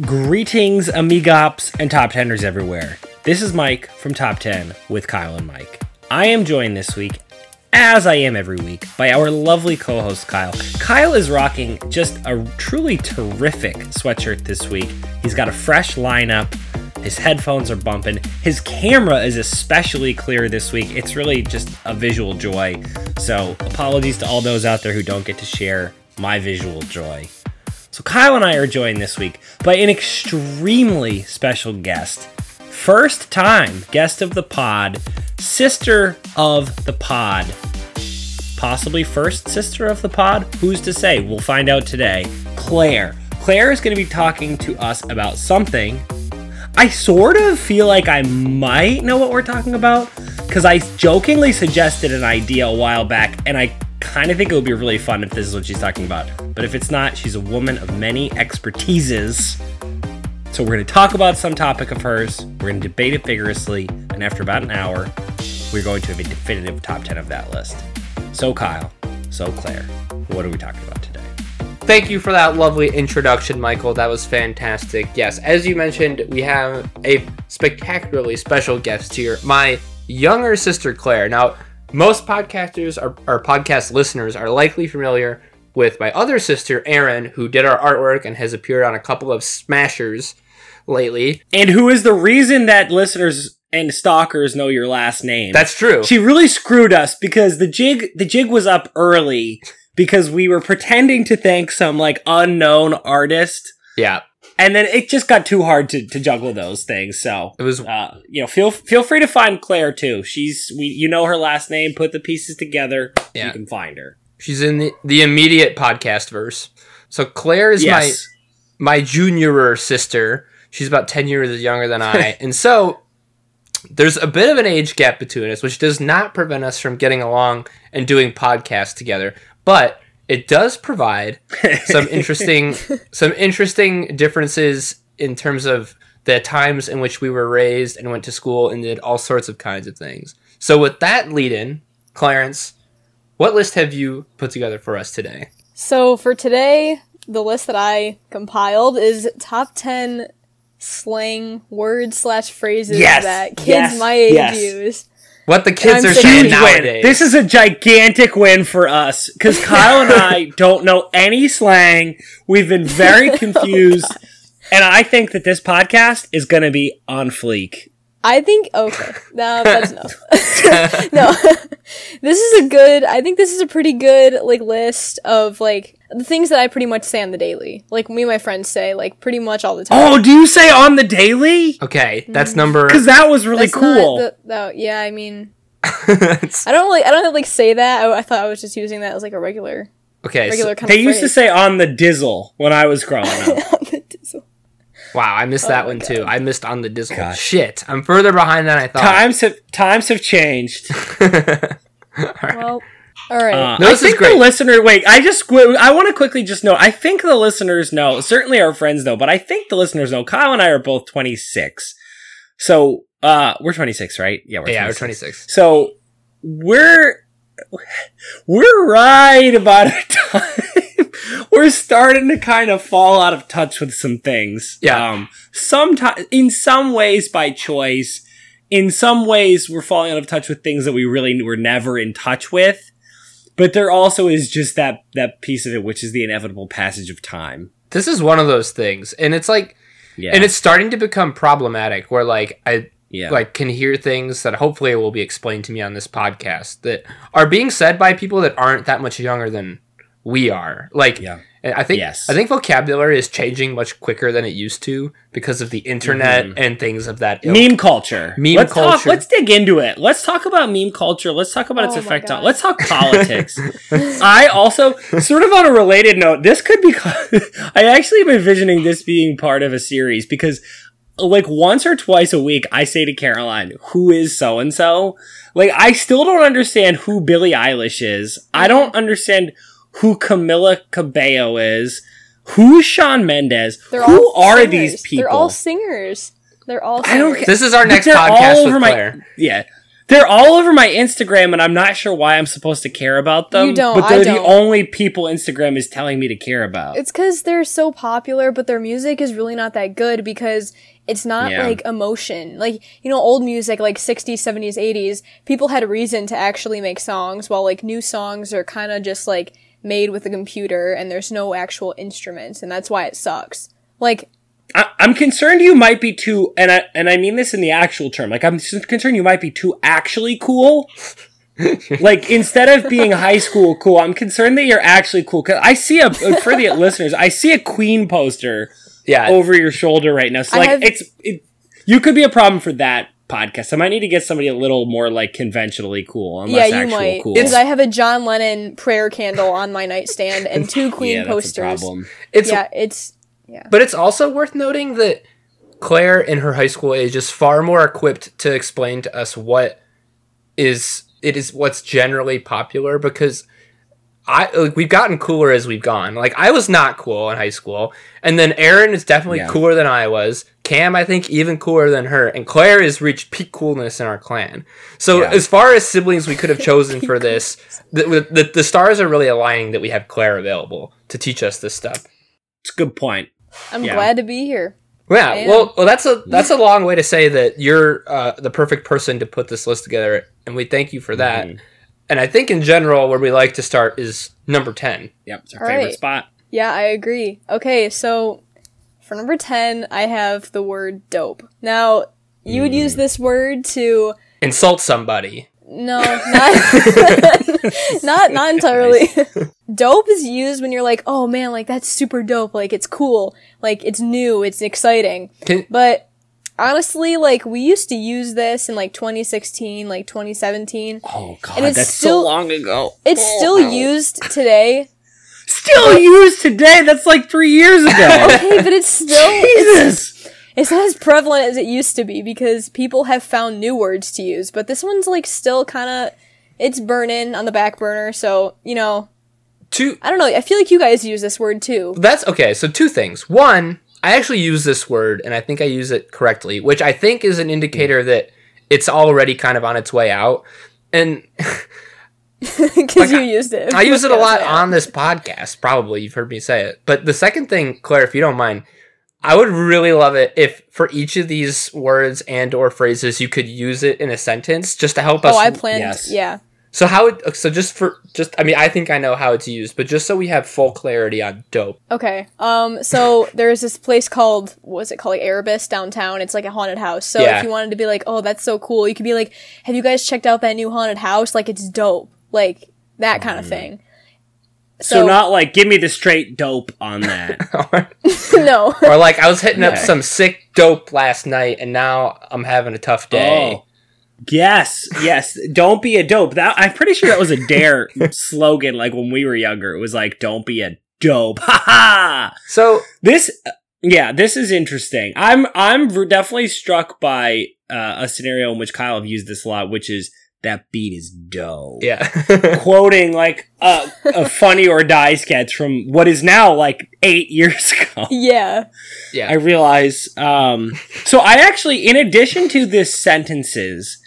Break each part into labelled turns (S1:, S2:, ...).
S1: Greetings, amigops and top teners everywhere. This is Mike from Top 10 with Kyle and Mike. I am joined this week, as I am every week, by our lovely co host Kyle. Kyle is rocking just a truly terrific sweatshirt this week. He's got a fresh lineup, his headphones are bumping, his camera is especially clear this week. It's really just a visual joy. So, apologies to all those out there who don't get to share my visual joy. So Kyle and I are joined this week by an extremely special guest. First time guest of the pod, sister of the pod. Possibly first sister of the pod? Who's to say? We'll find out today. Claire. Claire is going to be talking to us about something. I sort of feel like I might know what we're talking about because I jokingly suggested an idea a while back and I kind of think it would be really fun if this is what she's talking about. But if it's not, she's a woman of many expertises. So we're going to talk about some topic of hers. We're going to debate it vigorously. And after about an hour, we're going to have a definitive top 10 of that list. So, Kyle, so Claire, what are we talking about today?
S2: Thank you for that lovely introduction, Michael. That was fantastic. Yes, as you mentioned, we have a spectacularly special guest here, my younger sister, Claire. Now, most podcasters or, or podcast listeners are likely familiar with my other sister, Erin, who did our artwork and has appeared on a couple of smashers lately.
S1: And who is the reason that listeners and stalkers know your last name?
S2: That's true.
S1: She really screwed us because the jig the jig was up early because we were pretending to thank some like unknown artist
S2: yeah,
S1: and then it just got too hard to, to juggle those things. So
S2: it was
S1: uh, you know, feel feel free to find Claire too. She's we you know her last name, put the pieces together, you
S2: Yeah.
S1: can find her.
S2: She's in the, the immediate podcast verse. So Claire is
S1: yes.
S2: my my juniorer sister. She's about ten years younger than I, and so there's a bit of an age gap between us, which does not prevent us from getting along and doing podcasts together. But it does provide some interesting some interesting differences in terms of the times in which we were raised and went to school and did all sorts of kinds of things. So with that lead in, Clarence, what list have you put together for us today?
S3: So for today, the list that I compiled is top 10 slang words slash phrases
S1: Yes,
S3: that kids
S1: yes,
S3: my age
S1: yes.
S3: use.
S2: What the kids
S3: I'm
S2: are
S3: saying-
S2: saying
S1: Huge win.
S2: nowadays.
S1: This is a gigantic win for us because Kyle and I don't know any slang. We've been very confused. And I think that this podcast is going to be on fleek.
S3: I think, okay, no, that's no. no, this is a good, I think this is a pretty good, like, list of, like, the things that I pretty much say on the daily. Like, me and my friends say, like, pretty much all the time.
S1: Oh, do you say on the daily?
S2: okay, that's number
S1: Because that was really
S3: That's not
S1: cool.
S3: the- no, yeah, I mean,
S2: It's-
S3: I don't really, I don't, like, say that. I, I thought I was just using that as, like, a regular,
S2: Okay.
S3: regular
S2: So,
S3: kind
S1: they
S3: of
S1: used to
S3: phrase.
S1: say on the dizzle when I was growing up.
S2: wow, I missed that one too. I missed on the Disney.
S1: Gosh.
S2: Shit, I'm further behind than I thought.
S1: times have times have changed.
S3: well, all right.
S1: Uh,
S2: No,
S1: I
S2: this is
S1: think the
S2: great.
S1: listener. Wait, I just qu- I want to quickly just know. I think the listeners know. Certainly, our friends know, but I think the listeners know. Kyle and I are both 26, so uh, we're 26, right? Yeah, we're
S2: yeah, we're 26.
S1: So we're we're right about our time. we're starting to kind of fall out of touch with some things.
S2: Yeah.
S1: Um, sometimes, in some ways, by choice. In some ways, we're falling out of touch with things that we really were never in touch with. But there also is just that that piece of it, which is the inevitable passage of time.
S2: This is one of those things, and it's like,
S1: Yeah.
S2: and it's starting to become problematic. Where like I
S1: yeah.
S2: like can hear things that hopefully will be explained to me on this podcast that are being said by people that aren't that much younger than we are. Like,
S1: Yeah.
S2: and I think
S1: Yes.
S2: I think vocabulary is changing much quicker than it used to because of the internet
S1: Mm-hmm.
S2: and things of that. ilk.
S1: Meme culture.
S2: Meme
S1: let's Talk,
S2: culture.
S1: let's dig into it. Let's talk about meme culture. Let's talk about its
S3: Oh my
S1: effect on.
S3: God.
S1: Let's talk politics. I also, sort of on a related note, this could be. I actually am envisioning this being part of a series because, like, once or twice a week, I say to Caroline, "Who is so and so?" Like, I still don't understand who Billie Eilish is. I
S3: Mm-hmm.
S1: don't understand who Camila Cabello is. Who's Sean Mendez?
S3: They're
S1: who
S3: all
S1: are
S3: singers.
S1: these people?
S3: They're all singers. They're all.
S1: I don't
S3: singers.
S2: This is our
S1: But
S2: next
S1: they're all
S2: podcast
S1: over
S2: with
S1: my-
S2: Claire.
S1: Yeah. They're all over my Instagram, and I'm not sure why I'm supposed to care about them.
S3: You don't,
S1: But they're
S3: I
S1: the
S3: don't.
S1: only people Instagram is telling me to care about.
S3: It's because they're so popular, but their music is really not that good because it's not
S1: Yeah.
S3: like emotion. Like, you know, old music, like 60s, 70s, 80s, people had a reason to actually make songs, while like new songs are kind of just like made with a computer and there's no actual instruments, and that's why it sucks. Like,
S1: I, I'm concerned you might be too, and I and I mean this in the actual term. Like I'm s- concerned you might be too actually cool. like instead of being high school cool, I'm concerned that you're actually cool. Cause I see a for the listeners, I see a Queen poster
S2: Yeah.
S1: over your shoulder right now. So
S3: I
S1: like
S3: have-
S1: it's it, you could be a problem for that podcast. I might need to get somebody a little more like conventionally cool, unless
S3: yeah, you
S1: actual
S3: might.
S1: cool.
S3: Because I have a John Lennon prayer candle on my nightstand and two Queen
S1: yeah, that's a
S3: posters.
S1: problem.
S2: It's
S3: Yeah, it's
S2: But it's also worth noting that Claire in her high school age is far more equipped to explain to us what is it is what's generally popular because I like we've gotten cooler as we've gone. Like I was not cool in high school, and then Aaron is definitely
S1: Yeah.
S2: cooler than I was. Cam, I think, even cooler than her, and Claire has reached peak coolness in our clan. So
S1: Yeah.
S2: as far as siblings we could have chosen for this, the, the, the stars are really aligning that we have Claire available to teach us this stuff.
S1: It's a good point.
S3: I'm
S1: Yeah.
S3: glad to be here.
S2: Yeah,
S3: am.
S2: well, well, that's a that's a long way to say that you're uh, the perfect person to put this list together, and we thank you for that. And I think in general, where we like to start is number ten.
S1: Yep, it's our
S3: All
S1: favorite
S3: right.
S1: spot.
S3: Yeah, I agree. Okay, so for number 10, I have the word dope. Now, you would
S1: Hmm.
S3: use this word to
S2: Insult somebody.
S3: no, not not not entirely. dope is used when you're like, "Oh man, like that's super dope. Like it's cool. Like it's new, it's exciting."
S2: Can-
S3: But honestly, like we used to use this in like 2016, like 2017.
S1: Oh god,
S3: And it's
S1: that's
S3: still-
S1: so long ago.
S3: It's
S1: Oh,
S3: still
S1: wow.
S3: used today.
S1: still used today. That's like three years ago.
S3: Hey, but it's still
S1: Jesus.
S3: it's not as prevalent as it used to be because people have found new words to use, but this one's like still kind of it's burning on the back burner. So you know,
S2: Two.
S3: I don't know. I feel like you guys use this word too.
S2: That's okay. So two things. One, I actually use this word, and I think I use it correctly, which I think is an indicator that it's already kind of on its way out. And
S3: because you used it.
S2: I use it a lot
S3: Yeah.
S2: on this podcast. Probably you've heard me say it. But the second thing, Claire, if you don't mind, I would really love it if for each of these words and or phrases you could use it in a sentence just to help us.
S3: Oh, I planned.
S1: Yes.
S3: Yeah,
S2: so how it so just for just I mean I think I know how it's used, but just so we have full clarity on dope.
S3: Okay. Um. So there's this place called what's it called? Like Erebus downtown. It's like a haunted house. So
S2: Yeah.
S3: if you wanted to be like, oh, that's so cool, you could be like, have you guys checked out that new haunted house? Like it's dope. Like that
S2: Mm.
S3: kind of thing.
S1: So, not like give me the straight dope on that.
S3: no.
S2: or like I was hitting up
S1: Okay.
S2: some sick dope last night and now I'm having a tough day.
S1: oh. Yes, yes. Don't be a dope. That I'm pretty sure that was a dare slogan like when we were younger. It was like don't be a dope. Ha ha.
S2: So
S1: This uh, yeah, this is interesting. I'm I'm definitely struck by uh, a scenario in which Kyle have used this a lot, which is that beat is dope.
S2: yeah.
S1: quoting like a, a funny or die sketch from what is now like eight years ago.
S3: yeah.
S1: I realize. Um, so I actually, in addition to this sentences,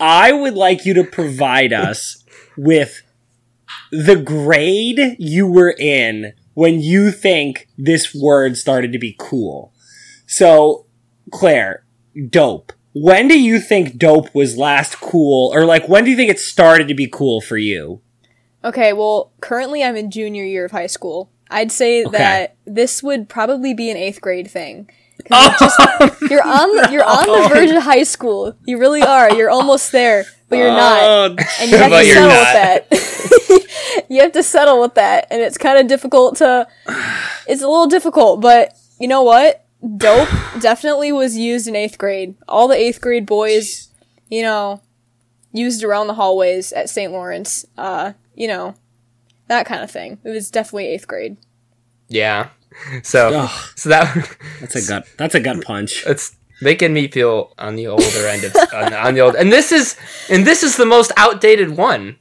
S1: I would like you to provide us with the grade you were in when you think this word started to be cool. So, Claire, dope. When do you think dope was last cool, or like when do you think it started to be cool for you?
S3: Okay. Well, currently I'm in junior year of high school. I'd say
S1: Okay.
S3: that this would probably be an eighth grade thing. 'Cause it's just- you're on the, you're on the verge of high school. You really are. You're almost there, but you're not. and you have
S2: But
S3: to
S2: you're
S3: settle
S2: not.
S3: with that. you have to settle with that, and it's kind of difficult to. It's a little difficult, but you know what? Dope definitely was used in eighth grade. All the eighth grade boys, you know, used around the hallways at St. Lawrence. Uh, you know, that kind of thing. It was definitely eighth grade.
S2: Yeah. So
S1: Ugh.
S2: so that
S1: That's a gut. That's a gut punch.
S2: it's making me feel on the older end of on, on the old and this is and this is the most outdated one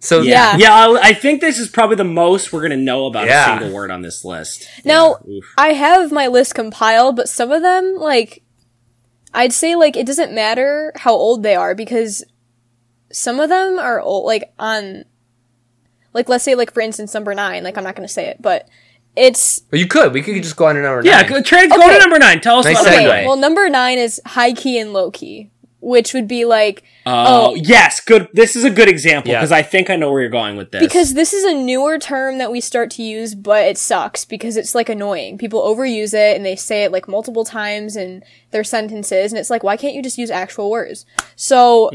S2: so
S3: Yeah.
S1: yeah. I'll- I think this is probably the most we're gonna know about
S2: Yeah.
S1: a single word on this list.
S3: Now,
S1: Yeah, oof.
S3: I have my list compiled, but some of them, like, I'd say, like, it doesn't matter how old they are because some of them are old, like on, like let's say like for instance number nine. Like I'm not gonna say it, but it's
S2: Well, you could. We could just go on to number
S1: Yeah,
S2: nine.
S1: go, trade, go to
S3: Okay.
S1: number nine. Tell us
S2: Nice
S1: about
S2: segue.
S1: it.
S2: Anyway.
S3: well number nine is high key and low key, which would be like
S1: Oh,
S3: Oh.
S1: yes, good. This is a good example
S2: Yeah.
S1: because I think I know where you're going with this.
S3: because this is a newer term that we start to use but it sucks because it's like annoying people overuse it and they say it like multiple times in their sentences and it's like why can't you just use actual words so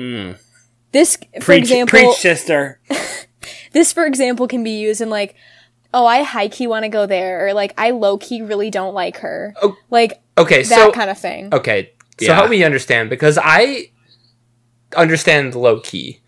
S3: this for
S1: Hmm. preach,
S3: example
S1: preach, sister.
S3: this for example can be used in like oh i high key want to go there or like i low key really don't like her
S2: Oh,
S3: like
S2: Okay,
S3: that
S2: so
S3: kind of thing
S2: okay, so
S1: Yeah.
S2: help me understand because I understand low key.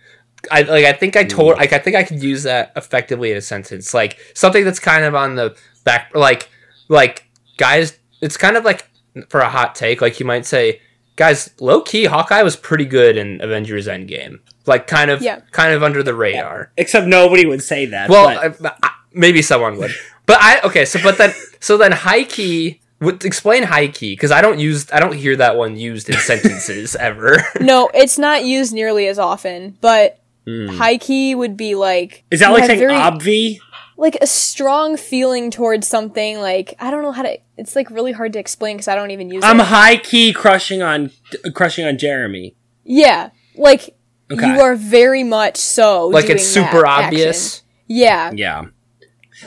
S2: I like. I
S3: Mm.
S2: think I told. Like, I think I could use that effectively in a sentence. Like something that's kind of on the back. Like, like guys, it's kind of like for a hot take. Like you might say, guys, low key, Hawkeye was pretty good in Avengers Endgame. Like kind of,
S3: Yeah.
S2: kind of under the radar.
S1: Except nobody would say that. but-
S2: Well, I, I, maybe someone would. But I okay. So but then so then high key. Would, explain high key because I don't use I don't hear that one used in sentences ever.
S3: no it's not used nearly as often but high key would be like
S1: Hmm. is that
S3: you
S1: like
S3: have
S1: saying "Ah, obvi?
S3: very- like a strong feeling towards something like i don't know how to it's like really hard to explain because i don't even use
S1: I'm
S3: it
S1: high key crushing on crushing on Jeremy.
S3: yeah like
S1: Okay.
S3: you are very much so
S2: like it's
S3: doing
S2: super
S3: that action.
S2: obvious.
S3: yeah
S1: Yeah.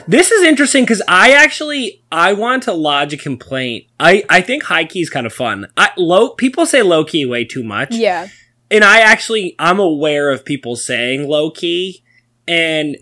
S1: This is interesting because I actually I want to lodge a complaint. I I think high key is kind of fun. I low people say low key way too much.
S3: yeah
S1: and I actually I'm aware of people saying low key, and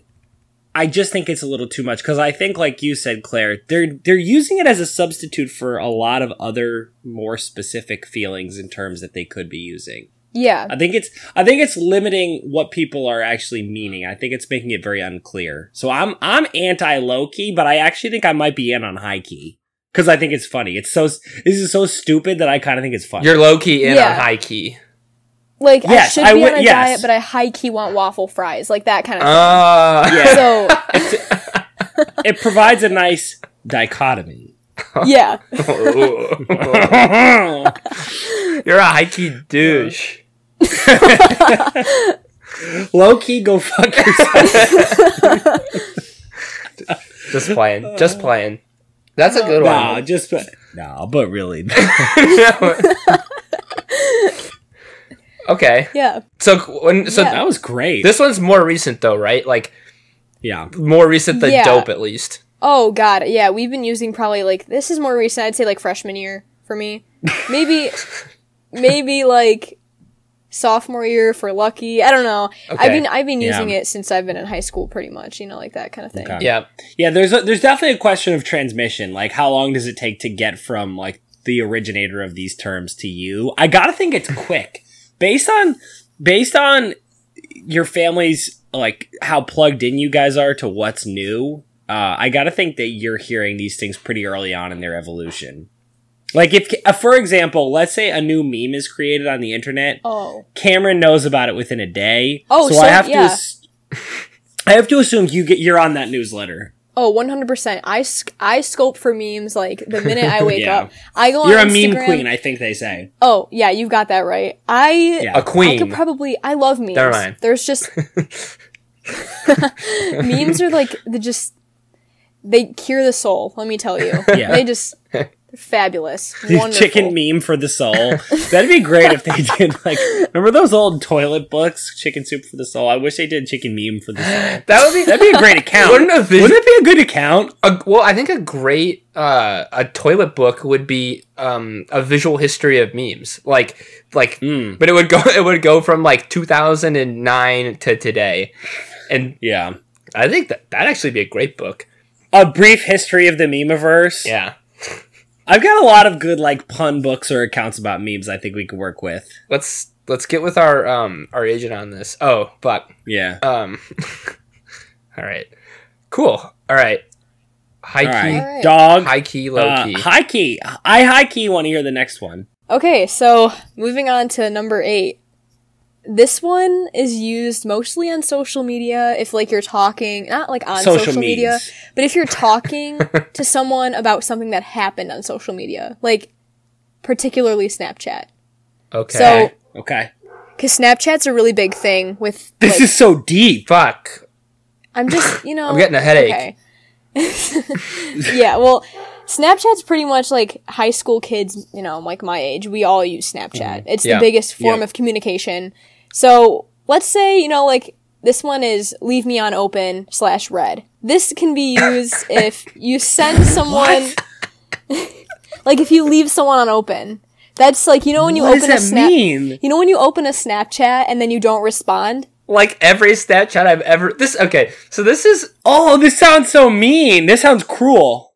S1: I just think it's a little too much because I think, like you said, Claire, they're they're using it as a substitute for a lot of other more specific feelings and terms that they could be using.
S3: yeah
S1: I think it's I think it's limiting what people are actually meaning. I think it's making it very unclear. So I'm I'm anti low key, but I actually think I might be in on high key because I think it's funny. It's so this is so stupid that I kind of think it's funny.
S2: You're low key in on
S3: Yeah.
S2: high key.
S3: like
S1: Yes,
S3: i
S1: I
S3: should be
S1: would-
S3: on a
S1: yes.
S3: diet but i high key want waffle fries like that kind of
S2: Uh,
S1: Yeah.
S3: so
S1: it provides a nice dichotomy.
S3: yeah
S2: You're a high key douche.
S1: Low key, go fuck yourself.
S2: Just playing. Just playing. That's a good
S1: nah,
S2: one.
S1: just but nah, but really,
S2: okay.
S3: yeah
S2: So when so
S3: Yeah.
S1: that was great.
S2: this one's more recent though, right? Like
S1: yeah,
S2: more recent than
S3: Yeah.
S2: dope at least.
S3: oh god yeah we've been using probably like this is more recent i'd say like freshman year for me maybe maybe like sophomore year for lucky i don't know
S2: Okay.
S3: i've been i've been
S1: Yeah.
S3: using it since i've been in high school pretty much you know like that kind of thing
S1: Okay.
S2: Yeah.
S1: yeah. There's a, there's definitely a question of transmission. Like, how long does it take to get from like the originator of these terms to you? I gotta think it's quick, based on based on your family's like how plugged in you guys are to what's new. Uh, I gotta think that you're hearing these things pretty early on in their evolution. Like if, uh, for example, let's say a new meme is created on the internet,
S3: oh
S1: Cameron knows about it within a day.
S3: Oh,
S1: so,
S3: so-
S1: I have to.
S3: yeah.
S1: ass- I have to assume you get you're on that newsletter.
S3: oh 100% i sc- i sculpt for memes like the minute i wake
S1: Yeah.
S3: up i go
S1: You're a
S3: on Instagram.
S1: meme queen, I think they say.
S3: oh yeah you've got that right i
S1: Yeah.
S2: A
S3: I
S2: queen.
S3: could probably. I love memes.
S2: Never mind.
S3: There's just memes are like the just they cure the soul. Let me tell you.
S1: Yeah.
S3: They just they're fabulous.
S1: The
S3: Wonderful.
S1: chicken meme for the soul. That'd be great if they did like remember those old toilet books, chicken soup for the soul. I wish they did chicken meme for the soul.
S2: That would be
S1: That'd be a great account.
S2: Wouldn't it be-
S1: Wouldn't it be a good account?
S2: A, well, I think a great uh, a toilet book would be um, a visual history of memes, like like.
S1: Mm. Hmm.
S2: But it would go it would go from like 2009 to today, and
S1: Yeah.
S2: I think that that actually be a great book.
S1: A brief history of the memeverse.
S2: Yeah,
S1: I've got a lot of good like pun books or accounts about memes I think we could work with.
S2: let's let's get with our um our agent on this. Oh, but
S1: Yeah.
S2: um, all right, cool. All right, high
S1: All
S2: key,
S1: right.
S3: Alright.
S1: Dog
S2: high key, low
S1: Uh,
S2: key.
S1: high key. I high key want to hear the next one.
S3: Okay, so moving on to number eight. This one is used mostly on social media if like you're talking not like on
S1: Social
S3: social, media,
S1: medias.
S3: but if you're talking to someone about something that happened on social media, like particularly Snapchat.
S2: okay.
S3: So
S1: Okay.
S3: because Snapchat's a really big thing with.
S1: This
S3: like-
S1: is so deep.
S2: Fuck.
S3: I'm just, you know.
S2: I'm getting a headache.
S3: okay. yeah, well, Snapchat's pretty much like high school kids, you know, like my age. We all use Snapchat. It's
S2: Yeah.
S3: the biggest form
S2: Yeah.
S3: of communication. So let's say, you know, like this one is leave me on open slash red. This can be used if you send someone, like if you leave someone on open. That's like, you know, when you
S1: What
S3: open
S1: does
S3: a
S1: that
S3: snap.
S1: mean?
S3: You know when you open a Snapchat and then you don't respond?
S2: Like every Snapchat I've ever this okay, so this is
S1: Oh, this sounds so mean. This sounds cruel.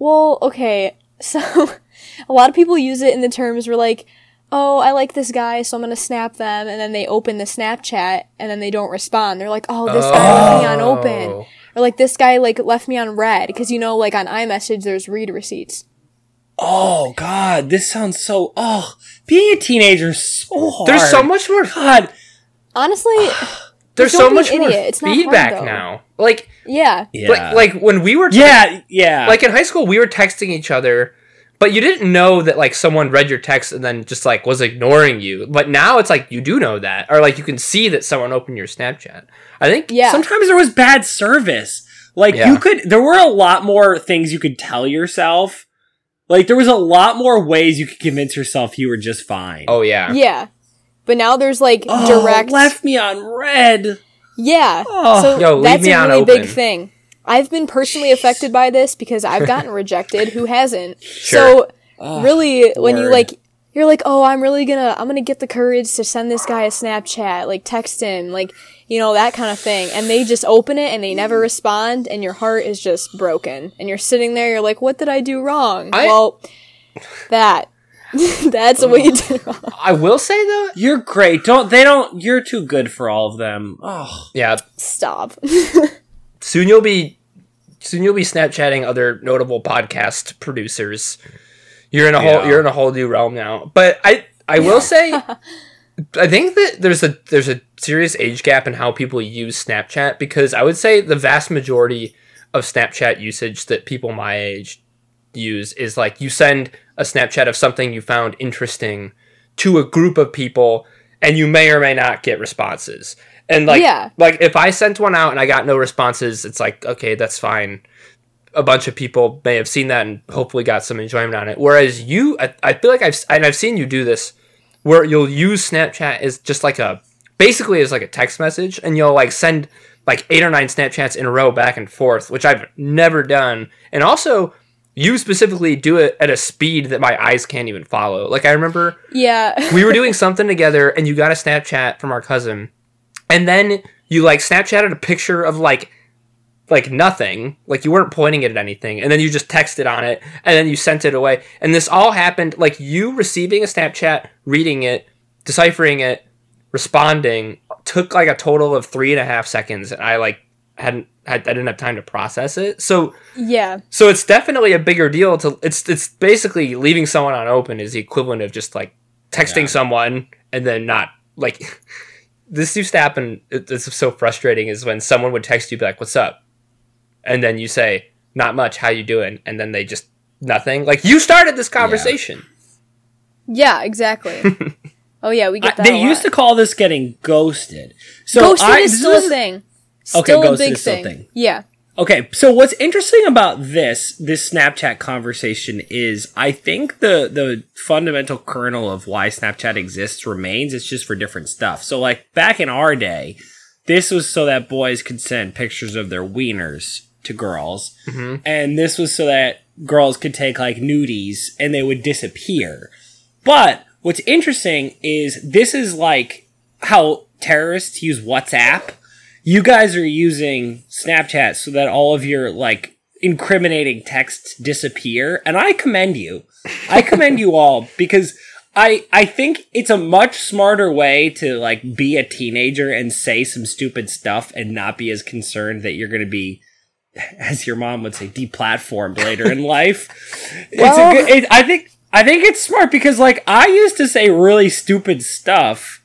S3: Well, okay. So a lot of people use it in the terms where like, oh, I like this guy, so I'm gonna snap them, and then they open the Snapchat and then they don't respond. They're like, oh, this guy left me on open,
S2: Oh.
S3: or like this guy like left me on red because you know like on iMessage there's read receipts.
S1: Oh God, this sounds so. Oh, being a teenager is so hard.
S2: There's so much more
S1: God.
S3: Honestly,
S2: there's
S3: Don't
S2: so
S3: be an
S2: much more
S3: idiot. It's not hard,
S2: feedback
S3: though.
S2: now. Like
S3: yeah,
S1: Yeah.
S2: like like when we were
S1: yeah. Yeah.
S2: like in high school we were texting each other but you didn't know that like someone read your text and then just like was ignoring you but now it's like you do know that or like you can see that someone opened your snapchat i think
S3: yeah.
S1: sometimes there was bad service. Like
S2: Yeah.
S1: you could, there were a lot more things you could tell yourself. Like there was a lot more ways you could convince yourself you were just fine.
S2: oh yeah
S3: yeah. But now there's like
S1: Oh,
S3: direct.
S1: left me on red.
S3: Yeah.
S1: Oh.
S3: so
S2: Yo, leave
S3: that's
S2: me
S3: a
S2: on
S3: really
S2: open.
S3: big thing. I've been personally affected by this because I've gotten rejected. Who hasn't?
S2: Sure.
S3: So really, when you
S1: word.
S3: like, you're like, oh, I'm really gonna, I'm gonna get the courage to send this guy a Snapchat, like text him, like you know that kind of thing. And they just open it and they never respond, and your heart is just broken. And you're sitting there, you're like, what did I do wrong?
S2: I-
S3: well, that. That's what
S2: Oh.
S3: you did wrong.
S2: i will say though
S1: You're great. Don't they don't. You're too good for all of them. Oh,
S2: yeah
S3: Stop.
S2: soon you'll be soon you'll be snapchatting other notable podcast producers you're in a
S1: Yeah.
S2: whole you're in a whole new realm now but i i will say i think that there's a there's a serious age gap in how people use snapchat because i would say the vast majority of snapchat usage that people my age use is like you send a snapchat of something you found interesting to a group of people and you may or may not get responses and like
S3: Yeah.
S2: like if i sent one out and i got no responses it's like okay that's fine a bunch of people may have seen that and hopefully got some enjoyment on it whereas you i, I feel like i've s- and i've seen you do this where you'll use snapchat as just like a basically as like a text message and you'll like send like eight or nine snapchats in a row back and forth which i've never done and also you specifically do it at a speed that my eyes can't even follow like i remember
S3: yeah.
S2: we were doing something together and you got a Snapchat from our cousin. And then you like Snapchatted a picture of like like nothing. Like you weren't pointing it at anything. And then you just texted on it and then you sent it away. And this all happened like you receiving a Snapchat, reading it, deciphering it, responding took like a total of three and a half seconds and I like hadn't had I didn't have time to process it. So
S3: Yeah.
S2: so it's definitely a bigger deal to it's it's basically leaving someone on open is the equivalent of just like texting
S1: Yeah.
S2: someone and then not like this used to happen. It, it's so frustrating is when someone would text you be like, "What's up?" and then you say, "Not much. How you doing?" and then they just nothing. Like you started this conversation.
S3: Yeah. Exactly. oh yeah, we
S1: I,
S3: get that.
S1: they
S3: a
S1: used
S3: lot.
S1: to call this getting ghosted. So
S3: ghosting
S1: I,
S3: is
S1: this
S3: still a
S1: was-
S3: thing. Still a
S1: ghosting
S3: big
S1: is still a
S3: thing.
S1: thing.
S3: Yeah.
S1: Okay, so what's interesting about this this Snapchat conversation is I think the the fundamental kernel of why Snapchat exists remains. It's just for different stuff. So like back in our day, this was so that boys could send pictures of their wieners to girls, and this was so that girls could take like nudies and they would disappear. But what's interesting is this is like how terrorists use WhatsApp you guys are using Snapchat so that all of your like incriminating texts disappear and I commend you. I commend you all because I I think it's a much smarter way to like be a teenager and say some stupid stuff and not be as concerned that you're going to be as your mom would say deplatformed later in life.
S3: Well-
S1: it's a good it, I think I think it's smart because like I used to say really stupid stuff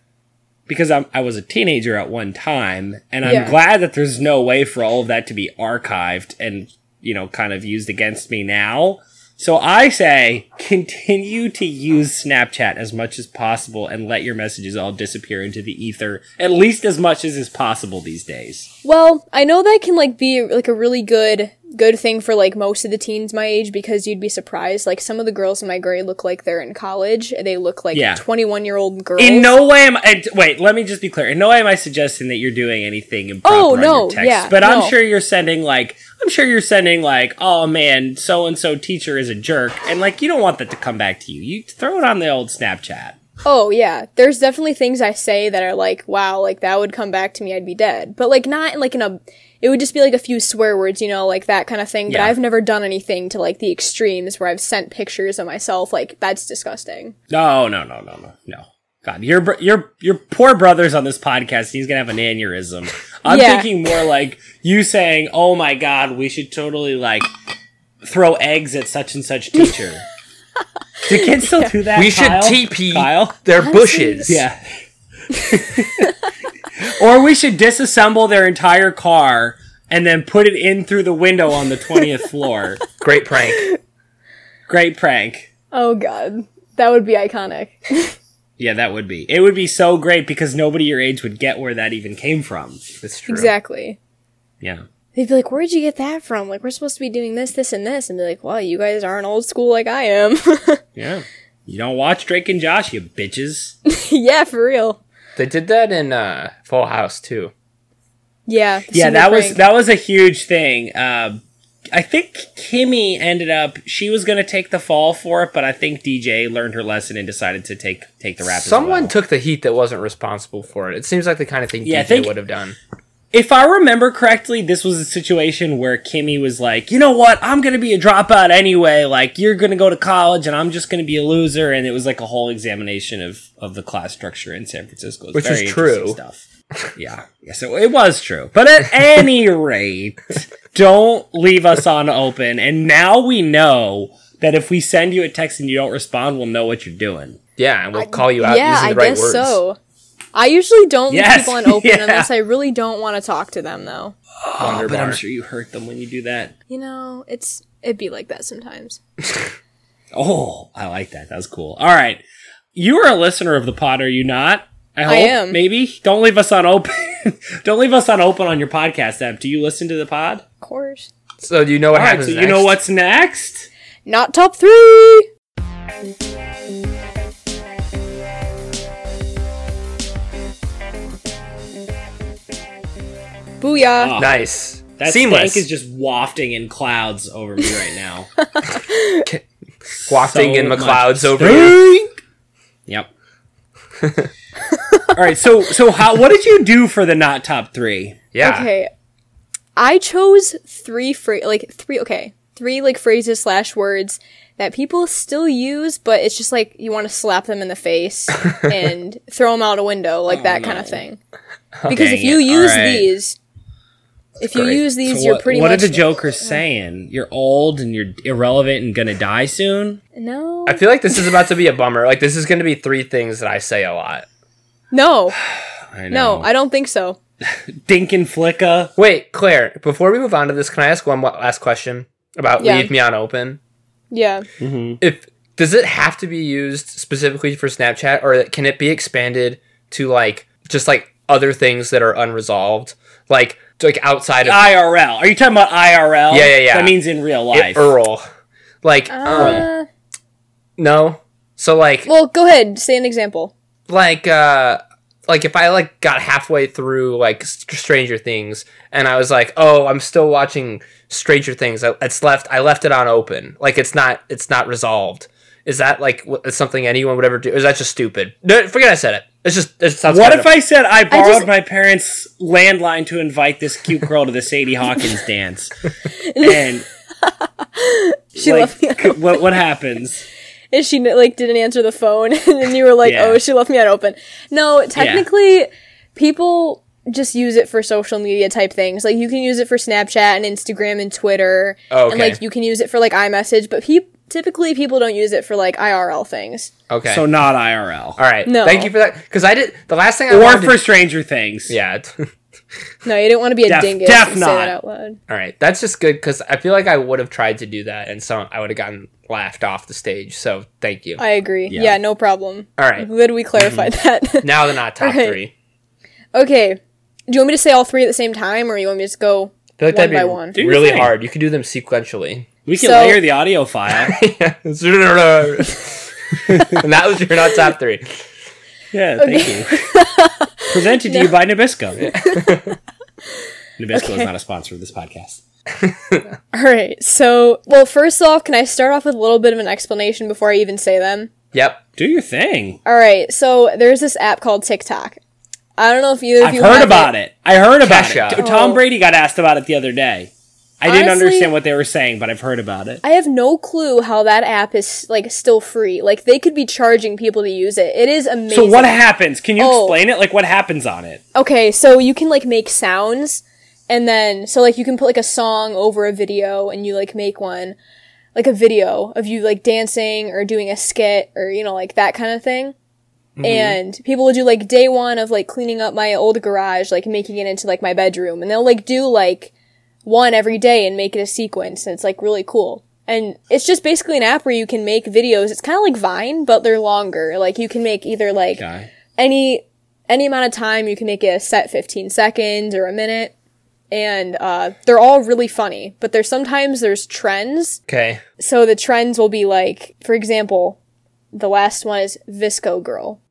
S1: because I'm, I was a teenager at one time, and I'm
S3: Yeah.
S1: glad that there's no way for all of that to be archived and, you know, kind of used against me now. So I say continue to use Snapchat as much as possible and let your messages all disappear into the ether at least as much as is possible these days.
S3: Well, I know that can like be like a really good good thing for like most of the teens my age because you'd be surprised like some of the girls in my grade look like they're in college. They look like
S1: Yeah.
S3: 21-year-old girls.
S1: In no way am I, and- wait, let me just be clear. In no way am I suggesting that you're doing anything improper
S3: Oh,
S1: on
S3: no,
S1: your text,
S3: yeah,
S1: but I'm
S3: no.
S1: sure you're sending like I'm sure you're sending like, "Oh man, so and so teacher is a jerk." And like you don't want that to come back to you. You throw it on the old Snapchat.
S3: Oh yeah, there's definitely things I say that are like, wow, like that would come back to me, I'd be dead. But like not in like in a, it would just be like a few swear words, you know, like that kind of thing. But
S1: Yeah.
S3: I've never done anything to like the extremes where I've sent pictures of myself. Like that's disgusting.
S1: No, no, no, no, no, no. God, your br- your your poor brother's on this podcast. He's gonna have an aneurysm. I'm
S3: Yeah.
S1: thinking more like you saying, "Oh my God, we should totally like throw eggs at such and such teacher." do kids still do that?
S2: We should
S1: Kyle?
S2: TP
S1: Kyle.
S2: their bushes.
S1: Yeah. or we should disassemble their entire car and then put it in through the window on the twentieth floor.
S2: Great prank.
S1: Great prank.
S3: Oh god, that would be iconic.
S1: Yeah, that would be. It would be so great because nobody your age would get where that even came from.
S2: That's true.
S3: Exactly.
S1: Yeah.
S3: They'd be like, where'd you get that from? Like we're supposed to be doing this, this, and this, and be like, well, you guys aren't old school like I am.
S1: Yeah. You don't watch Drake and Josh, you bitches.
S3: yeah, for real.
S2: They did that in uh, Full House too.
S3: Yeah. the
S1: yeah,
S3: super
S1: that was
S3: prank.
S1: that was a huge thing. Um I think Kimmy ended up she was gonna take the fall for it, but I think DJ learned her lesson and decided to take take the rap. as
S2: Someone
S1: well.
S2: took the heat that wasn't responsible for it. It seems like the kind of thing
S1: Yeah, I
S2: DJ
S1: think-
S2: would have done.
S1: if I remember correctly, this was a situation where Kimmy was like, you know what, I'm gonna be a dropout anyway. Like you're gonna go to college and I'm just gonna be a loser. And it was like a whole examination of of the class structure in San Francisco, It's
S2: Which
S1: very
S2: was true.
S1: interesting Stuff. Yeah, yeah. So it was true. But at any rate, don't leave us on open. And now we know that if we send you a text and you don't respond, we'll know what you're doing.
S2: Yeah, and we'll call you out Uh, using the right words.
S3: so. I usually don't
S1: Yes,
S3: leave people on open
S1: yeah.
S3: unless I really don't want to talk to them, though.
S1: Oh, but I'm
S2: Wonderbar.
S1: sure you hurt them when you do that.
S3: You know, it's it'd be like that sometimes.
S1: Oh, I like that. That was cool. All right. You are a listener of the pod, are you not? I hope.
S3: am.
S1: Maybe. Don't leave us on open. Don't leave us on open on your podcast app. Do you listen to the pod?
S3: Of course,
S2: So you know what
S1: All right.
S2: happens.
S1: So you know
S2: next.
S1: what's next?
S3: not top three. Booyah!
S1: Oh,
S2: Nice.
S1: that
S2: Seamless.
S1: stank is just wafting in clouds over me right now.
S2: wafting in
S1: much
S2: McLeod's over you.
S1: stink. Yep. All right. So so how what did you do for the not top three?
S2: Yeah.
S3: Okay, I chose three phra- like three okay three like phrases slash words that people still use, but it's just like you want to slap them in the face and throw them out a window, like
S1: Oh
S3: that kind of thing. Because if
S1: Dang
S3: you
S1: it,
S3: use
S1: alright.
S3: these, if you
S2: great.
S3: use these,
S1: So
S3: you're
S1: what,
S3: pretty
S1: what
S3: much
S1: are the jokers saying? You're old and you're irrelevant and gonna die soon.
S3: no,
S2: I feel like this is about to be a bummer. Like this is going to be three things that I say a lot.
S3: no,
S1: I
S3: no, I don't think so.
S1: Dink and Flicka.
S2: Wait, Claire. Before we move on to this, can I ask one wa- last question about
S3: Yeah.
S2: leave me on open?
S3: Yeah,
S2: If does it have to be used specifically for Snapchat, or can it be expanded to like just like other things that are unresolved, like like outside of
S1: IRL. Are you talking about IRL?
S2: Yeah, yeah, yeah.
S1: That means in real
S2: it- er,
S1: life.
S2: Earl? Like um,
S3: uh,
S2: no. So like
S3: well, go ahead, say an example.
S2: like uh like if I like got halfway through like S- Stranger Things and I was like, "Oh, I'm still watching Stranger Things. I, it's left. I left it on open. Like it's not. It's not resolved. Is that like w- something anyone would ever do? Or is that just stupid? No, forget I said it. It's just. It sounds.
S1: what
S2: kind
S1: if
S2: of-
S1: I said I borrowed
S3: just-
S1: my parents' landline to invite this cute girl to the Sadie Hawkins dance? And
S3: She
S1: like,
S3: left me.
S1: c- what what happens?
S3: and she like didn't answer the phone and then you were like
S1: Yeah.
S3: oh she left me on open no technically people just use it for social media type things like you can use it for snapchat and instagram and twitter
S2: Oh,
S3: and
S2: okay.
S3: like you can use it for like imessage but pe- typically people don't use it for like irl things
S2: Okay.
S1: So
S2: So
S1: not IRL.
S2: all right.
S3: No.
S2: Thank you for that. Because I did the last thing I
S1: Or
S2: wanted.
S1: for Stranger Things.
S2: yeah.
S3: No, you didn't want to be a
S1: Def-
S3: dingus.
S1: def
S3: and say
S1: not.
S3: that out loud.
S2: All right, that's just good because I feel like I would have tried to do that, and some I would have gotten laughed off the stage. So thank you.
S3: I agree.
S1: Yeah. Mm-hmm.
S3: Yeah, no problem.
S2: All right,
S3: Good we clarified that.
S2: now the not top
S3: Alright.
S2: three.
S3: okay. Do you want me to say all three at the same time, or you want me to just go?
S2: I feel like
S3: One by
S2: that'd
S3: one.
S1: Do
S2: be
S1: your
S2: really
S1: thing.
S2: hard. You could do them sequentially.
S1: We can
S3: So-
S1: layer the audio file.
S2: Yeah, and that was your not top three.
S1: Yeah,
S3: Okay.
S1: thank you. Presented to you by Nabisco. Nabisco is
S3: Okay.
S1: not a sponsor of this podcast.
S3: All right. So, well, first off, can I start off with a little bit of an explanation before I even say them?
S2: Yep.
S1: Do your thing.
S3: All right. So, there's this app called TikTok. I don't know if either of
S1: I've
S3: you
S1: heard
S3: have
S1: about it. I heard about
S2: Kesha.
S1: it. T- Tom
S3: Oh.
S1: Brady got asked about it the other day. I didn't
S3: Honestly-
S1: understand what they were saying, but I've heard about it.
S3: I have no clue how that app is like still free. Like they could be charging people to use it. It is amazing.
S1: So what happens? Can you
S3: Oh.
S1: explain it? Like what happens on it?
S3: Okay, so you can like make sounds and then so like you can put like a song over a video and you like make one like a video of you like dancing or doing a skit or you know like that kind of thing. And people will do like day 1 of like cleaning up my old garage, like making it into like my bedroom and they'll like do like one every day and make it a sequence and it's like really cool. And it's just basically an app where you can make videos. It's kind of like Vine, but they're longer. Like you can make either like
S1: Okay.
S3: any any amount of time you can make it a set 15 seconds or a minute and uh, they're all really funny but there's sometimes there's trends
S2: Okay.
S3: so the trends will be like for example the last one is visco girl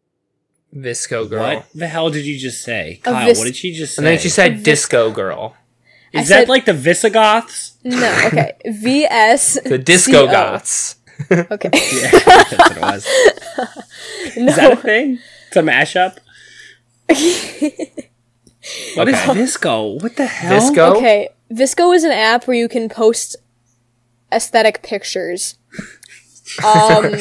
S2: Visco girl.
S1: What the hell did you just say,
S3: A
S1: Kyle?
S3: vis-
S1: what did she just say?
S2: Oh. And then she said disco girl.
S1: is
S3: I
S1: that
S3: said-
S1: like the Visigoths?
S3: no okay vs
S2: The disco
S3: CO.
S2: goths.
S3: okay
S1: Yeah, that's what it was.
S3: no
S1: Is that a thing? It's a mashup. What is
S2: Okay.
S1: Visco? What the hell?
S2: Visco?
S3: oh, okay visco is an app where you can post aesthetic pictures um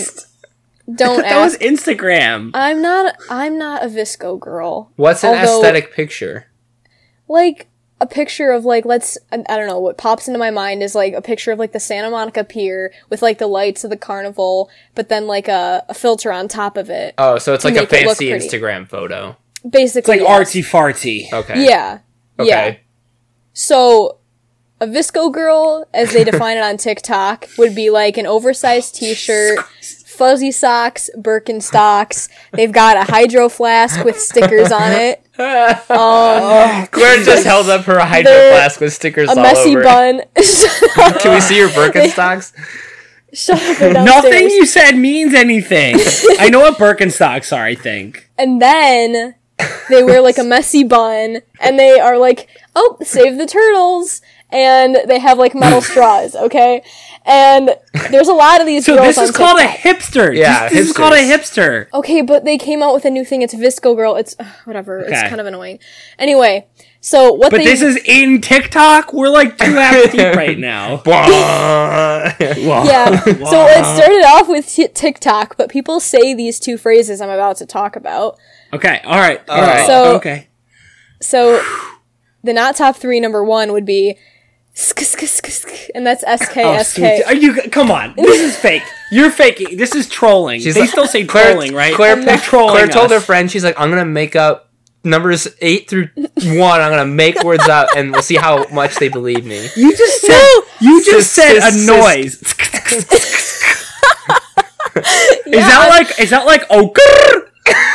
S3: don't
S1: That was
S3: ask
S1: Instagram.
S3: i'm not i'm not a visco girl
S2: What's an
S3: Although-
S2: aesthetic picture?
S3: like a picture of like let's I, I don't know what pops into my mind is like a picture of like the Santa Monica Pier with like the lights of the carnival, but then like a, a filter on top of it.
S2: Oh, so it's like a
S3: make it look
S2: fancy
S3: pretty.
S2: Instagram photo.
S1: It's
S3: Basically,
S1: like
S3: yeah. Oh,
S1: artsy fartsy.
S2: Okay.
S3: Yeah,
S2: Okay.
S3: yeah. So a visco girl, as they define it on TikTok, would be like an oversized T-shirt. Fuzzy socks, Birkenstocks. They've got a hydro flask with stickers on it.
S2: Claire just held up her hydro
S3: They're
S2: flask with stickers
S3: A
S2: all
S3: messy
S2: over. it.
S3: bun. Shut up.
S2: Can we see your Birkenstocks?
S3: Shut up. they're
S1: Nothing
S3: downstairs.
S1: you said means anything. I know what Birkenstocks are. I think.
S3: and then they wear like a messy bun and they are like oh save the turtles and they have like metal straws okay and there's a lot of these
S1: So
S3: girls
S1: this
S3: on
S1: is called a
S3: TikTok.
S1: hipster.
S2: Yeah,
S1: this, this is called a hipster.
S3: okay but they came out with a new thing it's visco girl it's ugh, whatever it's
S1: Okay.
S3: kind of annoying anyway so what
S1: But
S3: they
S1: this is in TikTok. We're like two apps deep right now.
S3: yeah so it started off with t- tiktok but people say these two phrases i'm about to talk about
S1: Okay. All right. All right.
S2: right.
S3: So-
S1: okay.
S3: So the not top three number one would be sk sk sk sk, and that's S K
S1: Oh,
S3: S K.
S1: sweet. Are you? Come on. This is fake. You're faking. This is trolling. they
S2: like-
S1: still say
S2: Claire,
S1: trolling, right?
S2: Claire,
S1: They're trolling
S2: Claire told her
S1: us.
S2: friend, she's like, I'm gonna make up numbers eight through one. I'm gonna make words up, and we'll see how much they believe me.
S1: You just said. You just
S2: Sis-
S1: said a
S2: sis-
S1: noise. Is that like? Is that like? Oh. grrr?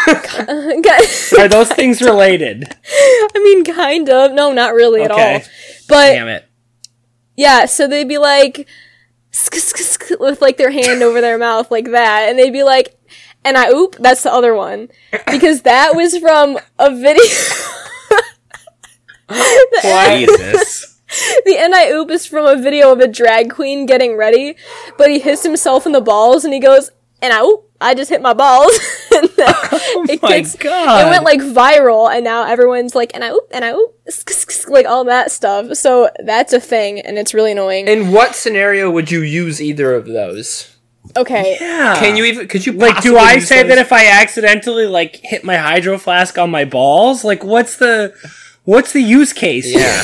S1: Are those things related?
S3: I mean, kind of. No, not really at
S1: Okay.
S3: all. But
S1: Damn it.
S3: yeah, so they'd be like sk sk sk with like their hand over their mouth like that, and they'd be like, and I oop, that's the other one because that was from a video.
S1: Jesus.
S3: the and I oop is from a video of a drag queen getting ready, but he hits himself in the balls and he goes, and I oop, I just hit my balls. and then
S1: Oh
S3: it
S1: my
S3: gets-
S1: God.
S3: It went like viral and now everyone's like, and I oop, and I oop, sk- sk- sk," like all that stuff. So that's a thing and it's really annoying.
S2: In what scenario would you use either of those?
S3: okay.
S1: Yeah.
S2: Can you even? Could you
S1: Ah. like? Do
S2: possibly
S1: I
S2: use
S1: say
S2: those?
S1: that if I accidentally like hit my hydro flask on my balls? Like, what's the what's the use case?
S2: Yeah.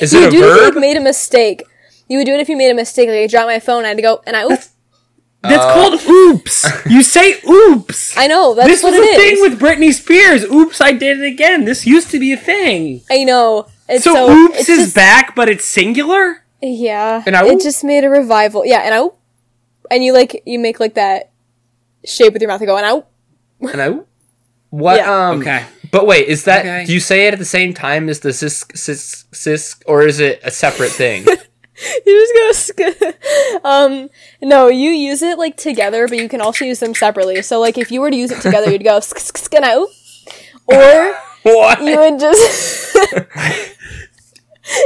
S2: Is
S3: You
S2: it
S3: would
S2: a
S3: do it if you like,
S2: verb?
S3: made a mistake. You would do it if you made a mistake. Like I dropped my phone, I had to go, and I oop.
S1: That's called oops. You say oops.
S3: I know that's
S1: this
S3: what
S1: was a
S3: it is.
S1: thing with Britney Spears. Oops, I did it again. This used to be a thing.
S3: I know. It's
S1: So,
S3: so,
S1: oops
S3: it's
S1: is
S3: just-
S1: back, but it's singular.
S3: Yeah,
S2: And I
S3: it
S2: oop.
S3: just made a revival. Yeah, and I oop. and you like you make like that shape with your mouth and go and I oop.
S2: And I, what?
S3: Yeah.
S2: Um,
S1: Okay.
S2: But wait, is that
S1: Okay.
S2: do you say it at the same time as the sisk sisk sisk, or is it a separate thing?
S3: you just go. sk- um, no, you use it like together, but you can also use them separately. So like if you were to use it together, you'd go sk sk sk and I oop. or
S2: what?
S3: you would just.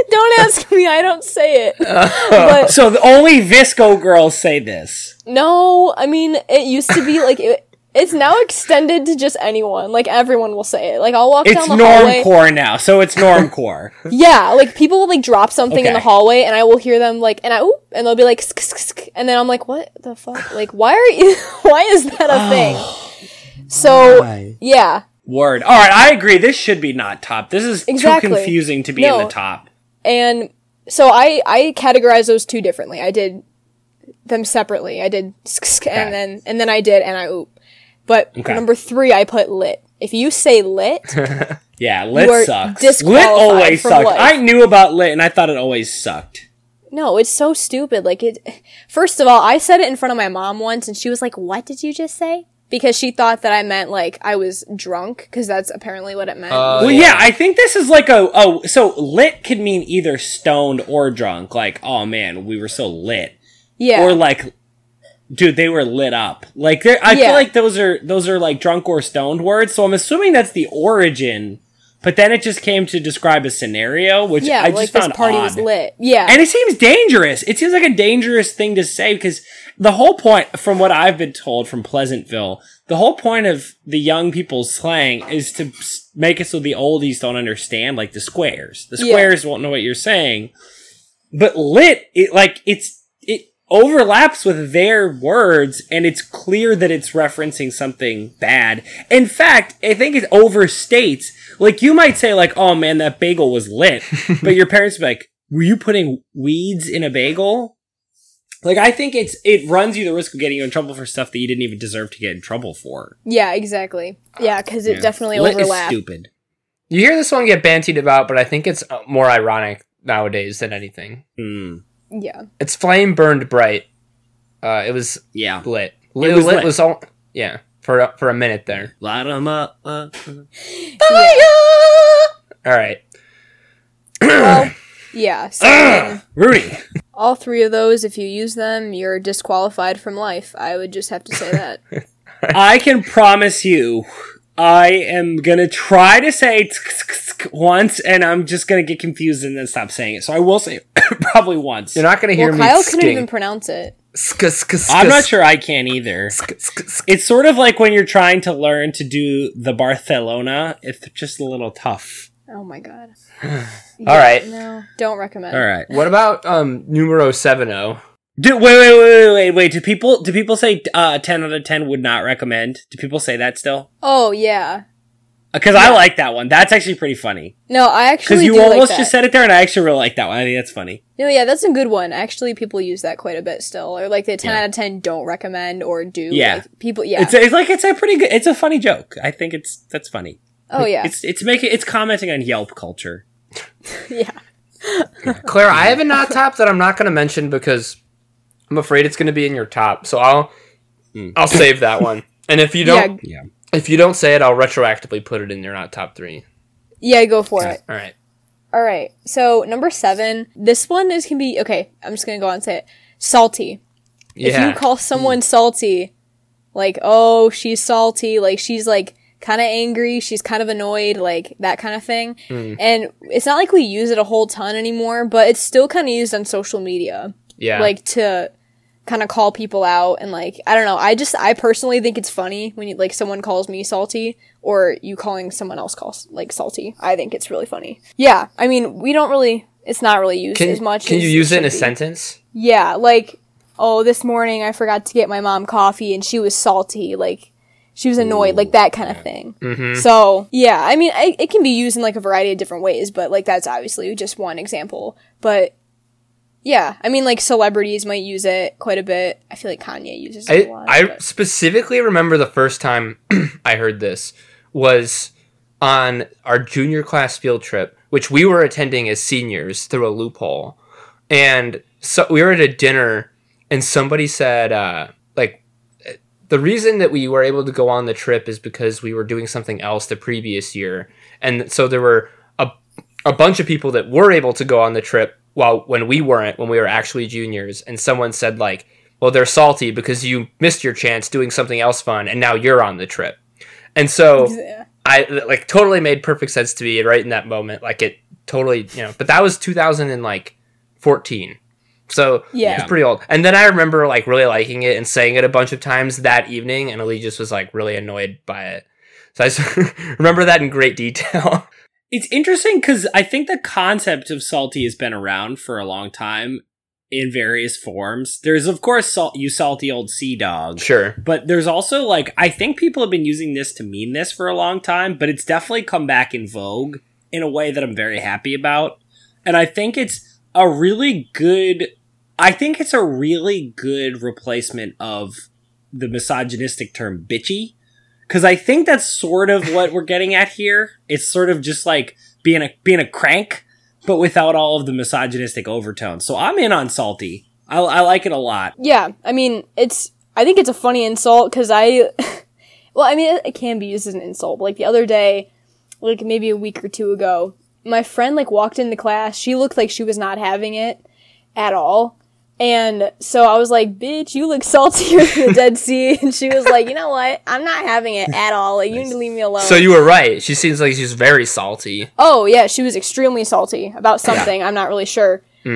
S3: don't ask me. I don't say it.
S2: Oh.
S3: But
S1: So the only Visco girls say this.
S3: No, I mean it used to be like it, it's now extended to just anyone. Like everyone will say it. Like I'll walk
S1: It's
S3: down the hallway.
S1: normcore now, so it's normcore.
S3: Yeah, like people will like drop something in the
S1: Okay.
S3: hallway, and I will hear them like and I oop, and they'll be like sk, sk, sk, and then I'm like, what the fuck? Like why are you? why is that a thing? So
S1: my.
S3: yeah,
S1: Word. All right, I agree. This should be not top. This is
S3: Exactly.
S1: too confusing to be in
S3: No.
S1: the top.
S3: and so I I categorized those two differently. I did them separately. I did sk, sk,
S1: Okay.
S3: and then and then I did and I oop. But
S1: Okay.
S3: number three, I put lit. If you say lit.
S1: Yeah, lit
S3: You are
S1: sucks. Lit
S3: disqualified
S1: always
S3: from
S1: sucked.
S3: life.
S1: I knew about lit, and I thought it always sucked.
S3: No, it's so stupid. Like it First of all, I said it in front of my mom once and she was like, "What did you just say?" Because she thought that I meant like I was drunk cuz that's apparently what it meant.
S1: well, yeah. I think this is like a oh. So lit could mean either stoned or drunk. Like, oh man, we were so lit,
S3: yeah.
S1: or like, dude, they were lit up. Like, there- I
S3: Yeah.
S1: feel like those are those are like drunk or stoned words. So I'm assuming that's the origin. But then it just came to describe a scenario, which
S3: yeah,
S1: I just
S3: like this
S1: found
S3: party
S1: odd.
S3: was lit. Yeah.
S1: And it seems dangerous. It seems like a dangerous thing to say because the whole point, from what I've been told from Pleasantville, the whole point of the young people's slang is to s- make it so the oldies don't understand, like the squares. The
S3: Yeah.
S1: squares won't know what you're saying. But lit, it like it's it overlaps with their words, and it's clear that it's referencing something bad. In fact, I think it overstates. Like you might say, like, "Oh man, that bagel was lit," but your parents would be like, "Were you putting weeds in a bagel?" Like I think it's it runs you the risk of getting you in trouble for stuff that you didn't even deserve to get in trouble for.
S3: yeah, exactly. Yeah, cuz it definitely
S1: lit is
S3: overlapped.
S1: stupid.
S2: You hear this one get bantied about, but I think it's uh, more ironic nowadays than anything.
S1: Mm,
S3: Yeah.
S2: It's flame burned bright. Uh, it was
S1: yeah,
S2: lit.
S1: It was
S2: lit,
S1: lit.
S2: was all yeah for a- for a minute there.
S1: light 'em up. uh, uh.
S2: All right,
S3: Well, yeah. So then
S1: Rudy.
S3: all three of those if you use them, you're disqualified from life. I would just have to say that.
S1: I can promise you, I am gonna try to say tsk, tsk, tsk once, and I'm just gonna get confused and then stop saying it. So I will say it probably once.
S2: you're not gonna hear
S3: well,
S2: me.
S3: Kyle
S2: sking.
S3: couldn't even pronounce it.
S2: Sk- sk- sk-
S1: I'm not
S2: sk-
S1: sure I can either.
S2: sk- sk- sk-
S1: It's sort of like when you're trying to learn to do the Barcelona. It's just a little tough.
S3: Oh my god.
S2: All right.
S3: No, don't recommend.
S1: All right,
S2: What about um numero seven oh? zero?
S1: do, wait, wait, wait, wait, wait, wait. Do people do people say uh, ten out of ten would not recommend? Do people say that still?
S3: Oh yeah.
S1: Because I like that one. That's actually pretty funny.
S3: No, I
S1: Because
S3: actually
S1: you
S3: do
S1: almost
S3: like
S1: just
S3: that.
S1: said it there, and I actually really like that one. I think that's funny.
S3: No, yeah, that's a good one. Actually, people use that quite a bit still. Or like the 10 out of 10 don't recommend or do.
S1: Yeah.
S3: Like, people, yeah.
S1: It's, it's like it's a pretty good. It's a funny joke. I think it's that's funny.
S3: oh yeah.
S1: It's it's making it's commenting on Yelp culture.
S3: yeah.
S2: Claire, I have a not top that I'm not gonna mention because I'm afraid it's gonna be in your top. So I'll
S1: Hmm.
S2: I'll save that one. And if you don't
S3: Yeah.
S1: Yeah.
S2: if you don't say it, I'll retroactively put it in your not top three.
S3: Yeah, go for it.
S2: All right.
S3: All right. So, number seven. This one is can be, okay, I'm just going to go on and say it. Salty.
S2: Yeah.
S3: If you call someone salty, like, oh, she's salty, like, she's like kind of angry, she's kind of annoyed, like, that kind of thing.
S1: Hmm.
S3: And it's not like we use it a whole ton anymore, but it's still kind of used on social media.
S2: yeah.
S3: like to kind of call people out and like I don't know. I just I personally think it's funny when you, like someone calls me salty or you calling someone else calls like salty. I think it's really funny. Yeah, I mean we don't really. It's not really used
S2: can,
S3: as much.
S2: can
S3: as
S2: you use it in a
S3: should be.
S2: sentence?
S3: Yeah, like oh, this morning I forgot to get my mom coffee and she was salty. Like she was annoyed, like that kind of thing.
S2: Mm-hmm.
S3: So yeah, I mean I, it can be used in like a variety of different ways, but like that's obviously just one example. But Yeah, I mean, like celebrities might use it quite a bit. I feel like Kanye uses it
S2: I,
S3: a lot.
S2: I
S3: but-
S2: specifically remember the first time I heard this was on our junior class field trip, which we were attending as seniors through a loophole. And so we were at a dinner, and somebody said, uh, like, the reason that we were able to go on the trip is because we were doing something else the previous year. And so there were a, a bunch of people that were able to go on the trip while when we weren't, when we were actually juniors. And someone said, like, well, they're salty because you missed your chance doing something else fun and now you're on the trip. And so
S3: Yeah.
S2: I that, like totally made perfect sense to me right in that moment. Like it totally, you know, but that was 2000 and like 14. So
S3: Yeah.
S2: it's pretty old. And then I remember like really liking it and saying it a bunch of times that evening and Ali just was like really annoyed by it. So I just remember that in great detail.
S1: It's interesting because I think the concept of salty has been around for a long time in various forms. There's, of course, salt, you salty old sea dog.
S2: sure.
S1: But there's also, like, I think people have been using this to mean this for a long time, but it's definitely come back in vogue in a way that I'm very happy about. And I think it's a really good, I think it's a really good replacement of the misogynistic term bitchy. Cause I think that's sort of what we're getting at here. It's sort of just like being a, being a crank, but without all of the misogynistic overtones. So I'm in on salty. I, I like it a lot.
S3: Yeah, I mean, it's. I think it's a funny insult because I. well, I mean, it, it can be used as an insult. But, like the other day, like maybe a week or two ago, my friend like walked into class. She looked like she was not having it at all. And so I was like, "Bitch, you look saltier than the Dead Sea." And she was like, "You know what? I'm not having it at all. Like, you need to leave me alone."
S2: So you were right. She seems like she's very salty.
S3: oh yeah, she was extremely salty about something. I'm not really sure, but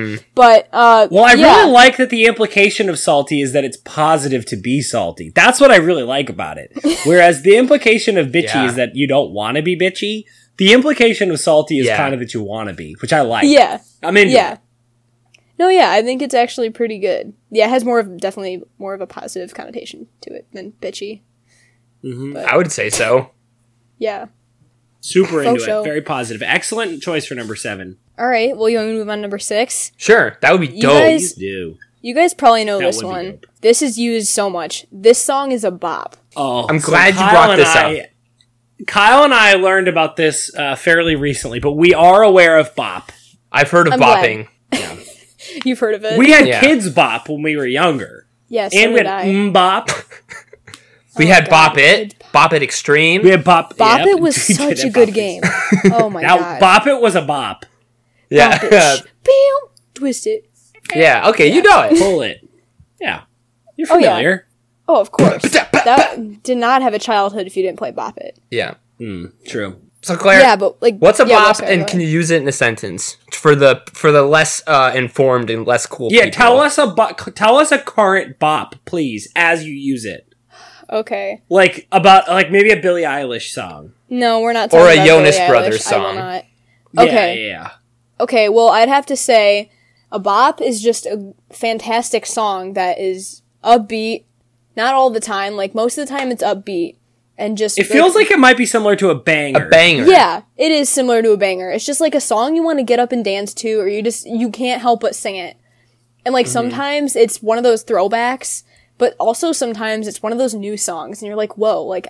S3: uh,
S1: Mm. Well, I
S3: yeah.
S1: really like that the implication of salty is that it's positive to be salty. That's what I really like about it. Whereas the implication of bitchy
S2: Yeah.
S1: is that you don't want to be bitchy. The implication of salty is
S2: Yeah.
S1: kind of that you want to be, which I like.
S3: yeah.
S1: I'm into
S3: yeah.
S1: it.
S3: No, yeah, I think it's actually pretty good. Yeah, it has more of definitely more of a positive connotation to it than bitchy.
S2: I would say so.
S3: Yeah.
S1: Super into
S3: Social.
S1: it. Very positive. Excellent choice for number seven.
S3: All right. Well, you want me to move on to number six?
S2: Sure. That would be
S3: You
S2: dope.
S1: You
S3: guys-
S1: do.
S3: You guys probably know
S1: That
S3: this
S1: would be
S3: one.
S1: dope.
S3: This is used so much. This song is a bop.
S1: Oh,
S2: I'm glad you brought
S1: and
S2: this
S1: I- Kyle and I learned about this uh, fairly recently, but we are aware of bop.
S2: I've heard of
S3: I'm glad.
S2: bopping.
S3: You've heard of it?
S1: We had
S2: Yeah.
S1: kids bop when we were younger,
S3: yes.
S1: and we
S3: did
S1: had
S3: I.
S1: mm bop.
S2: We
S3: Oh
S2: had
S3: God,
S2: Bop It,
S3: good.
S2: Bop It Extreme.
S1: We had bop.
S3: Bop
S1: yep.
S3: It was
S1: We
S3: such
S1: did
S3: a
S1: have Bop
S3: good
S1: It.
S3: game. Oh my
S1: Now,
S3: god.
S1: Bop It was a bop.
S3: Bop
S2: yeah.
S3: it. Bam. Twist it.
S2: yeah. Okay, you know it.
S1: Pull it. Yeah. You're
S3: Oh, yeah.
S1: familiar.
S3: Oh, of course. that did not have a childhood if you didn't play Bop It.
S2: Yeah.
S1: Hmm, True.
S2: So Claire,
S3: Yeah, but like
S2: what's a
S3: yeah,
S2: bop,
S3: sorry, go
S2: and can
S3: ahead.
S2: you use it in a sentence for the for the less uh, informed and less cool?
S1: Yeah,
S2: people?
S1: tell us a bo- tell us a current bop, please, as you use it.
S3: Okay.
S1: Like about like maybe a Billie Eilish song.
S3: No, we're not.
S2: Or
S3: talking
S2: a
S3: about
S2: Jonas
S3: Billie
S2: Brothers
S3: Eilish. I will
S2: song.
S3: not.
S1: Yeah,
S3: Okay.
S1: Yeah, yeah.
S3: Okay, well, I'd have to say a bop is just a fantastic song that is upbeat. Not all the time, like most of the time, it's upbeat and just.
S1: It feels like it might be similar to a banger.
S2: a banger.
S3: Yeah, it is similar to a banger. It's just like a song you want to get up and dance to, or you just you can't help but sing it.
S2: Mm-hmm.
S3: And like sometimes it's one of those throwbacks, but also sometimes it's one of those new songs, and you're like, whoa, like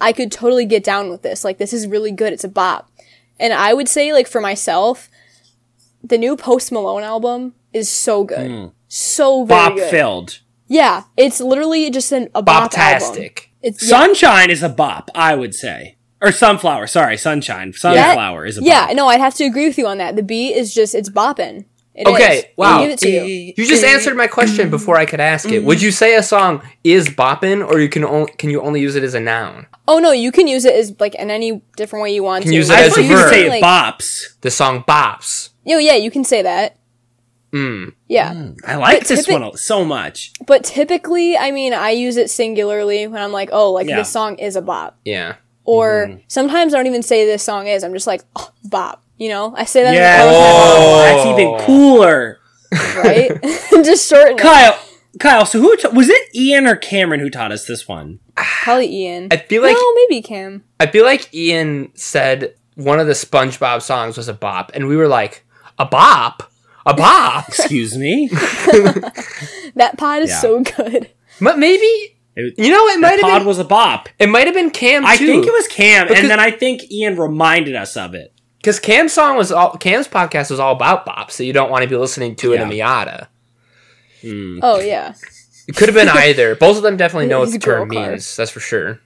S3: I could totally get down with this. Like this is really good. It's a bop. And I would say like for myself, the new Post Malone album is so good,
S2: Mm.
S3: so very
S1: Bop
S3: good.
S1: filled.
S3: Yeah, it's literally just an, a bop album.
S2: Boptastic.
S3: It's yeah,
S1: Sunshine is a bop, I would say. Or sunflower, sorry, sunshine. Sunflower is a bop.
S3: Yeah, no, I'd have to agree with you on that. The beat is just it's bopping. It is.
S2: Okay.
S3: I
S2: Wow.
S3: give it to you.
S2: You just answered my question before I could ask it.
S3: Mm-hmm.
S2: Would you say a song is boppin', or you can only can you only use it as a noun?
S3: Oh no, you can use it as like in any different way you want
S2: Can
S3: to.
S2: use it
S1: I
S2: as
S1: thought
S2: a
S1: you could
S2: verb.
S1: say
S3: Like,
S1: it bops.
S2: The song bops.
S3: Yo, yeah, you can say that.
S1: Hmm.
S3: Mm. Yeah,
S2: Hmm.
S1: I like
S3: But
S1: this
S3: typi-
S1: one a- so much.
S3: but typically, I mean, I use it singularly when I'm like, oh, like
S1: Yeah.
S3: this song is a bop,
S2: Yeah.
S3: or
S2: Mm-hmm.
S3: sometimes I don't even say this song is. I'm just like oh, bop. You know, I say that
S1: Yeah.
S3: all
S2: Oh.
S1: That's even cooler.
S3: the time, right? just shorten it.
S1: Kyle, Kyle. So who ta- was it? Ian or Cameron who taught us this one?
S3: Probably Ian.
S2: I feel like
S3: no, maybe Kim.
S2: I feel like Ian said one of the SpongeBob songs was a bop, and we were like, a bop? A box.
S1: Excuse me.
S3: That pod is
S1: Yeah.
S3: so good.
S2: but maybe
S1: It-
S2: you know it might
S1: pod
S2: have been
S1: was a bop.
S2: it might have been Cam.
S1: I
S2: too.
S1: think it was Cam,
S2: Because-
S1: and then I think Ian reminded us of it.
S2: Because Cam's song was all Cam's podcast was all about bops that you don't want to be listening to in a Miata.
S1: Hmm.
S3: Oh yeah.
S2: It could have been either. Both of them definitely know what
S3: He's
S2: the
S3: a girl
S2: term
S3: car.
S2: means. That's for sure.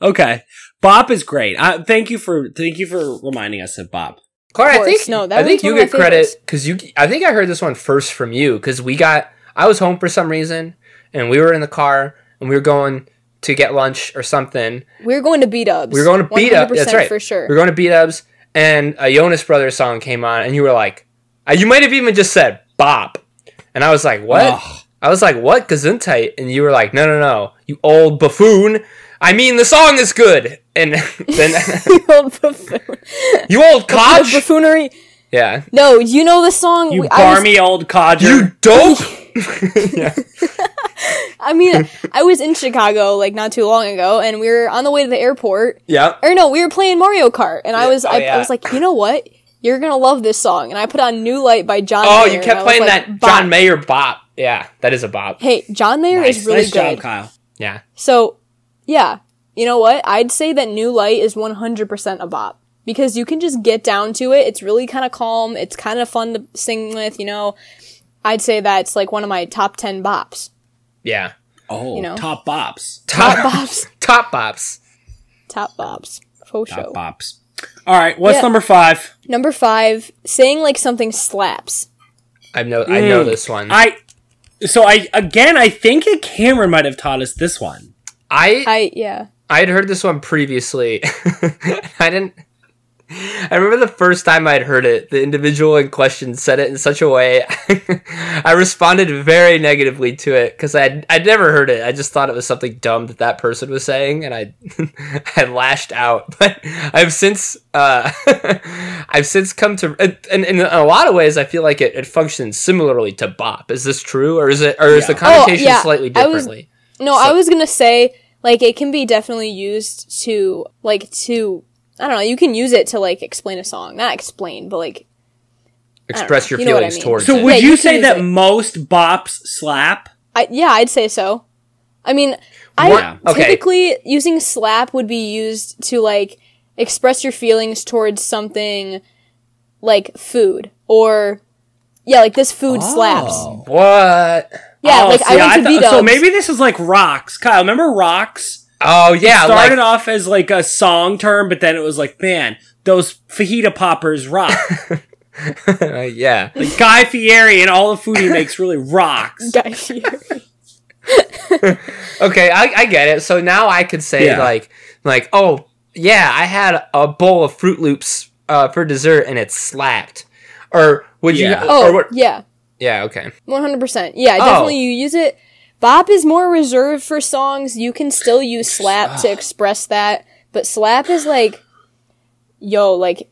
S1: Okay, bop is great. Uh, thank you for thank you for reminding us of bop.
S2: Clara, I
S3: course.
S2: think
S3: No, that
S2: I
S3: one's
S2: think you
S3: one of
S2: get
S3: my favorites.
S2: credit because you. I think I heard this one first from you because we got. I was home for some reason, and we were in the car, and we were going to get lunch or something.
S3: We're going to beat ups.
S2: We were going to beat up. That's right,
S3: for sure.
S2: We were going to beat ups, and a Jonas Brothers song came on, and you were like, uh, you might have even just said bop, and I was like, what?
S1: Ugh.
S2: I was like, what Gesundheit? And you were like, no, no, no, you old buffoon. I mean, the song is good, and then
S3: You old buffoon.
S2: you old
S3: The
S2: coach.
S3: buffoonery.
S2: Yeah,
S3: No, you know the song.
S1: You
S3: we- I was-
S1: barmy old codger.
S2: you dope.
S3: I mean, I was in Chicago like not too long ago, and we were on the way to the airport.
S2: Yeah.
S3: Or no, we were playing Mario Kart, and I was
S2: oh,
S3: I,
S2: yeah.
S3: I was like, you know what? You're gonna love this song, and I put on New Light by John.
S2: Oh,
S3: Mayer,
S2: you
S3: and I
S2: kept
S3: was
S2: playing
S3: like,
S2: that
S3: "Bop."
S2: John Mayer bop. Yeah, that is a bop.
S3: Hey, John Mayer
S1: Nice
S3: is really
S1: job,
S3: good.
S1: Kyle.
S2: Yeah.
S3: So, yeah, you know what? I'd say that New Light is 100% a bop because you can just get down to it. It's really kind of calm. It's kind of fun to sing with, you know. I'd say that's like one of my top 10 bops.
S2: Yeah.
S1: Oh,
S3: You know.
S1: top bops.
S2: Top
S3: Bops.
S2: top bops.
S3: top bops. For sure.
S1: Top bops. All right, what's
S3: Yeah.
S1: number five?
S3: Number 5, saying like something slaps.
S2: I know I know this one. I
S1: I so I again I think that Cameron might have taught us this one.
S2: I
S3: I yeah.
S2: I'd heard this one previously. I didn't I remember the first time I'd heard it, the individual in question said it in such a way I responded very negatively to it because I'd, I'd never heard it. I just thought it was something dumb that that person was saying, and I I lashed out. But I've since uh, I've since come to, and, and in a lot of ways, I feel like it, it functions similarly to bop. Is this true, or is it, or is the
S1: Yeah.
S2: connotation
S3: Oh, yeah.
S2: slightly
S3: I was-
S2: differently?
S3: No, I was gonna say like it can be definitely used to like to I don't know. You can use it to like explain a song, not explain, but like
S2: Express your
S3: You know what I
S2: feelings
S3: mean.
S2: towards
S1: So
S2: it.
S1: would
S3: Yeah,
S1: you,
S3: you can
S1: say
S3: use
S1: that
S3: it.
S1: most bops slap?
S3: I yeah, I'd say so. I mean, I
S1: What-
S2: okay.
S3: typically using slap would be used to like express your feelings towards something like food or yeah, like this food slaps.
S2: Oh. what?
S3: Yeah,
S1: Oh,
S3: like
S1: see,
S3: I went to
S1: thought-
S3: B Dubs.
S1: So maybe this is like rocks. Kyle, remember rocks?
S2: Oh yeah, like-
S1: Started off as like a song term, but then it was like, man, those fajita poppers rock.
S2: uh, yeah.
S1: like Guy Fieri and all the food he makes really rocks.
S3: Guy Fieri.
S2: Okay, I, I get it. So now I could say
S1: Yeah.
S2: like like oh yeah, I had a bowl of Fruit Loops uh, for dessert and it slapped. Or would you?
S1: Yeah.
S2: or
S3: Oh
S2: what-
S3: yeah,
S2: yeah. Okay.
S3: one hundred percent. Yeah,
S1: Oh.
S3: definitely you use it. Bop is more reserved for songs. You can still use slap
S1: Ah.
S3: to express that, but slap is like, yo, like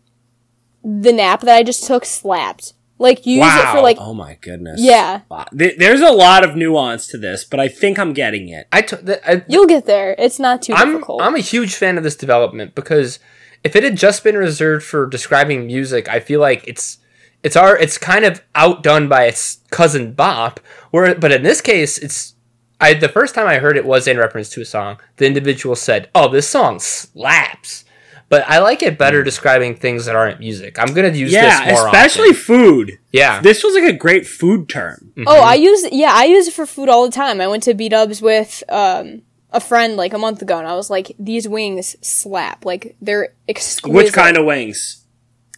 S3: the nap that I just took slapped. Like you use it for like
S1: oh my goodness.
S3: Yeah.
S1: Wow. Th- There's a lot of nuance to this, but I think I'm getting it.
S2: I t- th- I,
S3: You'll get there. It's not too
S2: I'm
S3: difficult.
S2: I'm a huge fan of this development because if it had just been reserved for describing music, I feel like it's it's our it's kind of outdone by its cousin Bop. Where but in this case, it's I the first time I heard it was in reference to a song. The individual said, "Oh, this song slaps." But I like it better describing things that aren't music. I'm gonna use
S1: Hmm. Yeah,
S2: this more
S1: especially
S2: often.
S1: food.
S2: yeah. Mm.
S1: This was like a great food term.
S3: oh, I use yeah, I use it for food all the time. I went to B Dubs with um a friend like a month ago, and I was like, these wings slap. Like they're exquisite.
S1: Which kind of wings?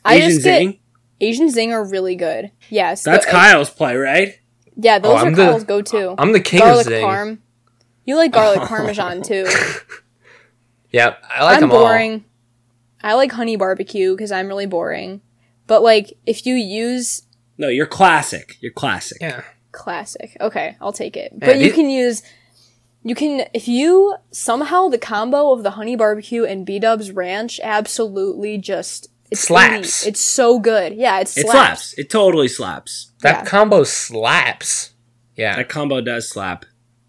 S3: I
S1: Asian
S3: just get-
S1: zing?
S3: Asian zing are really good. Yes,
S1: That's
S3: the- uh,
S1: Kyle's play, right?
S3: Yeah, those
S2: Oh,
S3: are
S2: I'm the-
S3: Kyle's go-to.
S2: I'm the king
S3: garlic
S2: of zing.
S3: parm. You like garlic parmesan too.
S2: Yeah, I like
S3: I'm
S2: them
S3: boring.
S2: all.
S3: I like honey barbecue because I'm really boring. But like, if you use
S1: No, you're classic. You're classic.
S2: Yeah.
S3: classic. Okay, I'll take it. But you
S2: these-
S3: can use you can if you somehow the combo of the honey barbecue and B Dub's ranch absolutely just it's
S2: Slaps.
S3: elite. It's so good. Yeah, it's
S1: It
S3: slaps.
S1: slaps. It totally slaps.
S2: That
S3: Yeah.
S2: combo slaps. Yeah.
S1: That combo does slap.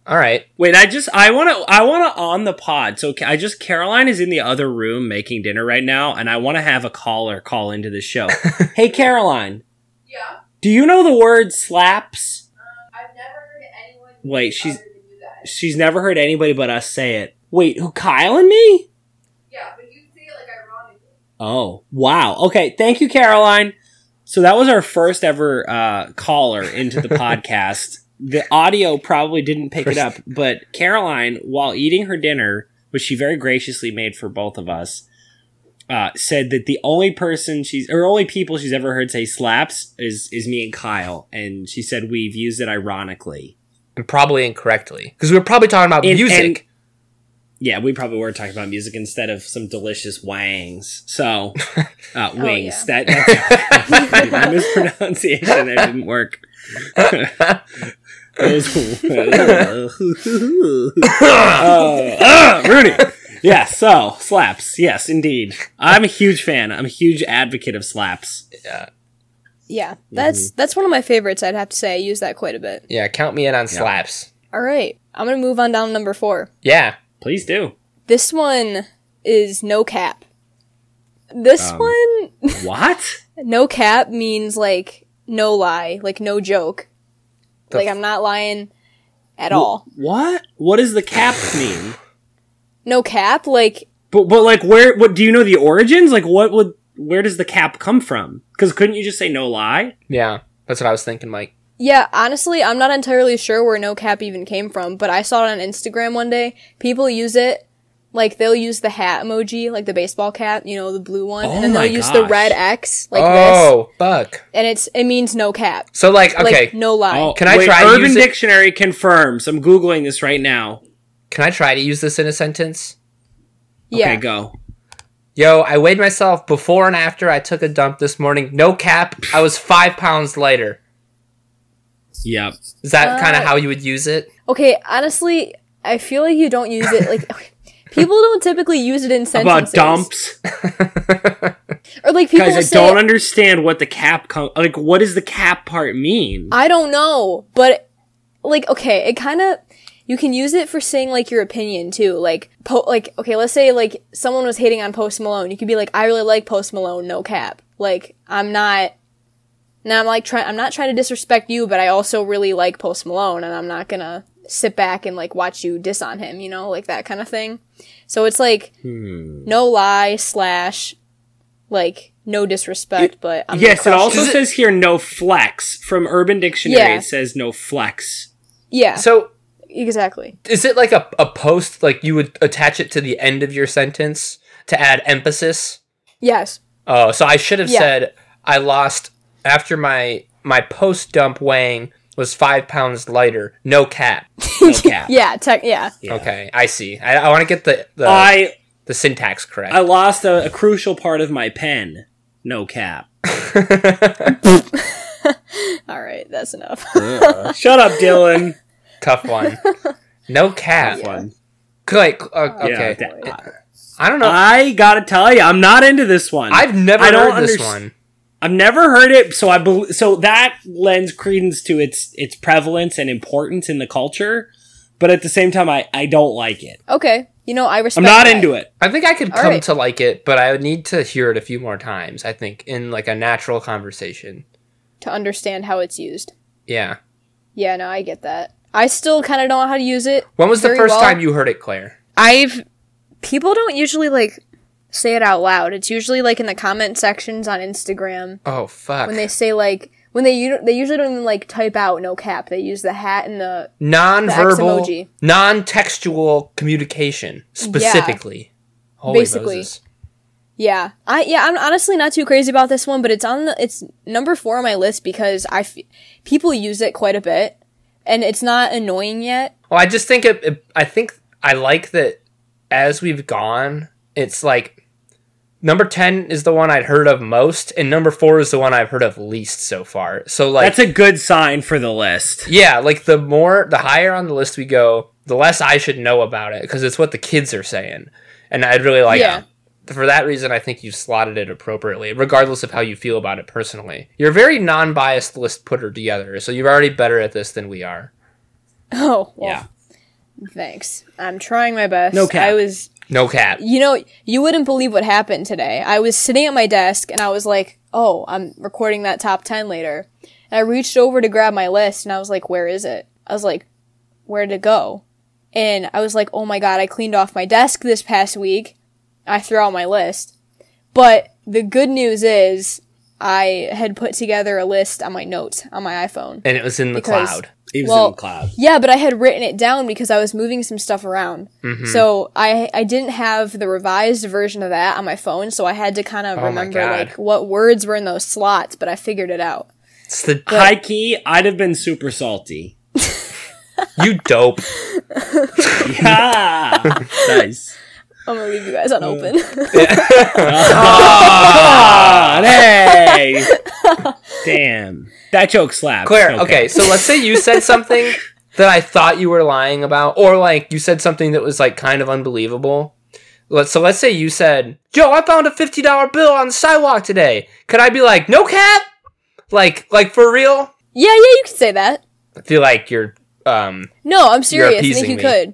S2: all right.
S1: Wait, I just I want to I want to on the pod. So ca- I just Caroline is in the other room making dinner right now, and I want to have a caller call into the show. hey, Caroline. Yeah. Do you know the word slaps?
S4: Um, I've never heard anyone.
S1: Wait, she's
S4: other than you guys.
S1: she's never heard anybody but us say it. Wait, who Kyle and me?
S4: Yeah, but you say it like ironically.
S1: Oh, wow. Okay, thank you, Caroline. So that was our first ever uh, caller into the podcast. The audio probably didn't pick it up, but Caroline, while eating her dinner, which she very graciously made for both of us, uh, said that the only person she's or only people she's ever heard say slaps is is me and Kyle, and she said we've used it ironically.
S2: and probably incorrectly because we were probably talking about
S1: And- and-
S2: music.
S1: Yeah, we probably were talking about music instead of some delicious wangs. So, uh,
S3: Oh,
S1: wings. That, that's my mispronunciation there didn't work. uh, It was- Oh, ah, Rooney. Yeah, so slaps. Yes, indeed. I'm a huge fan. I'm a huge advocate of slaps.
S2: yeah,
S3: Yeah,
S2: Mm-hmm.
S3: that's that's one of my favorites. I'd have to say I use that quite a bit.
S2: yeah, count me in on slaps.
S3: All right, I'm gonna move on down to number four.
S2: Yeah,
S1: Please do.
S3: This one is no cap. This
S1: Um.
S3: one,
S1: What?
S3: no cap means like no lie, like no joke.
S2: The
S3: like
S2: f-
S3: I'm not lying at all.
S1: What? What does the cap mean?
S3: No cap, like
S1: But but like where what do you know the origins? Like what would where does the cap come from? Cuz couldn't you just say no lie?
S2: yeah, that's what I was thinking, Mike.
S3: Yeah, honestly, I'm not entirely sure where no cap even came from, but I saw it on Instagram one day. People use it, like they'll use the hat emoji, like the baseball cap, you know, the blue one,
S1: Oh
S3: and then
S1: my
S3: they'll use the
S1: gosh.
S3: red X like this,
S2: oh, fuck.
S3: and it's it means no cap,
S2: So like,
S3: like
S2: okay,
S3: no lie.
S1: Oh,
S2: Can I try to
S1: Urban
S2: use it?
S1: Dictionary confirms. I'm googling this right now.
S2: can I try to use this in a sentence?
S3: yeah,
S1: Okay, go.
S2: Yo, I weighed myself before and after I took a dump this morning. No cap, I was five pounds lighter.
S1: Yep.
S2: Is that kind of
S3: Uh,
S2: how you would use it?
S3: okay. Honestly, I feel like you don't use it like. People don't typically use it in
S1: About
S3: sentences.
S1: dumps.
S3: or like people
S1: Guys, I
S3: say,
S1: don't understand what the cap com- like what does the cap part mean?
S3: I don't know, but like okay, it kind of you can use it for saying like your opinion too. Like po- like okay, let's say like someone was hating on Post Malone. You could be like I really like Post Malone, no cap. Like I'm not now I'm like trying I'm not trying to disrespect you, but I also really like Post Malone and I'm not going to sit back and like watch you diss on him, you know, like that kind of thing. So it's like
S1: Hmm.
S3: no lie slash like no disrespect, but I'm gonna
S1: yes, it
S3: crush
S1: also
S3: you.
S1: says here no flex from Urban Dictionary.
S3: Yeah.
S1: It says no flex.
S3: yeah,
S2: So
S3: exactly.
S2: is it like a, a post, like you would attach it to the end of your sentence to add emphasis?
S3: Yes.
S2: Oh, so I should have
S3: Yeah.
S2: said I lost after my my post dump weighing was five pounds lighter. No cap.
S1: No cap.
S3: Yeah, tech. Yeah,
S2: Okay, I see. I, I want to get the the,
S1: I
S2: the syntax correct.
S1: I lost a, a crucial part of my pen. No cap.
S3: all right, that's enough.
S1: Shut up, Dylan.
S2: Tough one. No cap.
S1: One.
S2: Like, uh,
S1: Yeah,
S2: okay.
S1: that-
S2: I don't know.
S1: I gotta tell you, I'm not into this one.
S2: I've never
S1: I don't
S2: heard this
S1: underst-
S2: one.
S1: I've never heard it, so I bel so that lends credence to its its prevalence and importance in the culture. But at the same time, I I don't like it.
S3: okay, you know I
S1: I'm
S3: respect.
S1: not into it.
S2: I think I could
S3: All
S2: come
S3: right.
S2: to like it, but I would need to hear it a few more times. I think in like a natural conversation.
S3: to understand how it's used.
S2: Yeah.
S3: Yeah, no, I get that. I still kind of don't know how to use it.
S2: When was
S3: Very
S2: the first
S3: well.
S2: time you heard it, Claire?
S3: I've people don't usually like say it out loud. It's usually like in the comment sections on Instagram
S2: Oh fuck.
S3: when they say like when they u- they usually don't even like type out no cap. They use the hat and the
S2: non-verbal,
S3: the X emoji.
S2: non-textual communication specifically. Holy
S3: Basically.
S2: Moses.
S3: Yeah, I yeah, I'm honestly not too crazy about this one, but it's on the it's number four on my list because I f- people use it quite a bit, and it's not annoying yet.
S2: Well, I just think it, it- I think I like that as we've gone, it's like number 10 is the one I'd heard of most and number 4 is the one I've heard of least so far. So like
S1: That's a good sign for the list.
S2: yeah, like the more the higher on the list we go, the less I should know about it because it's what the kids are saying. And I'd really like
S3: Yeah.
S2: for that reason I think you've slotted it appropriately regardless of how you feel about it personally. You're a very non-biased list putter together, so you're already better at this than we are.
S3: Oh, well,
S1: Yeah.
S3: Thanks. I'm trying my best.
S1: No cap.
S3: I was,
S2: No cap.
S3: you know, you wouldn't believe what happened today. I was sitting at my desk and I was like, oh, I'm recording that top 10 later. And And I reached over to grab my list and I was like, where is it? I was like, where to go? And I was like, oh my god, I cleaned off my desk this past week. I threw out my list. But the good news is I had put together a list on my notes on my iPhone.
S2: and it was in the
S3: Because-
S2: cloud.
S1: It was
S3: Well-
S1: in the cloud.
S3: Yeah, but I had written it down because I was moving some stuff around.
S2: Mm-hmm.
S3: So I I didn't have the revised version of that on my phone, so I had to kind of
S2: Oh my
S3: remember
S2: God.
S3: like what words were in those slots, but I figured it out.
S2: It's the
S1: High key, I'd have been super salty.
S2: you dope.
S1: Yeah. nice.
S3: I'm gonna leave you guys unopened.
S1: Ah, hey. Damn. That joke slapped.
S2: Claire, okay. so let's say you said something that I thought you were lying about, or like you said something that was like kind of unbelievable. Let so let's say you said, "Yo, I found a fifty dollar bill on the sidewalk today." Could I be like, "No cap," like like for real?
S3: yeah, yeah, you could say that.
S2: I feel like you're um
S3: No, I'm serious. I
S2: appeasing
S3: think you
S2: me.
S3: could.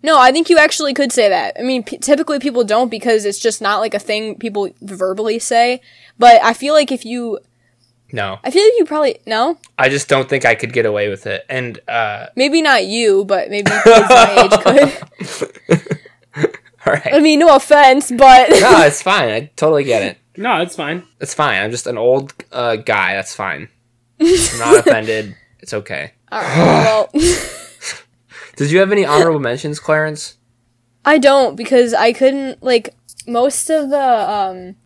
S3: No, I think you actually could say that. I mean, p- typically people don't because it's just not like a thing people verbally say. But I feel like if you,
S2: no.
S3: I feel like you probably no,
S2: I just don't think I could get away with it. And uh,
S3: maybe not you, but maybe kids my age could.
S2: all
S3: I
S2: right,
S3: mean, no offense, but
S2: no, it's fine. I totally get it.
S1: No, it's fine.
S2: It's fine. I'm just an old uh, guy. That's fine. I'm not offended. It's okay.
S3: All right, well,
S2: Did you have any honorable mentions, Clarence?
S3: I don't because I couldn't like most of the um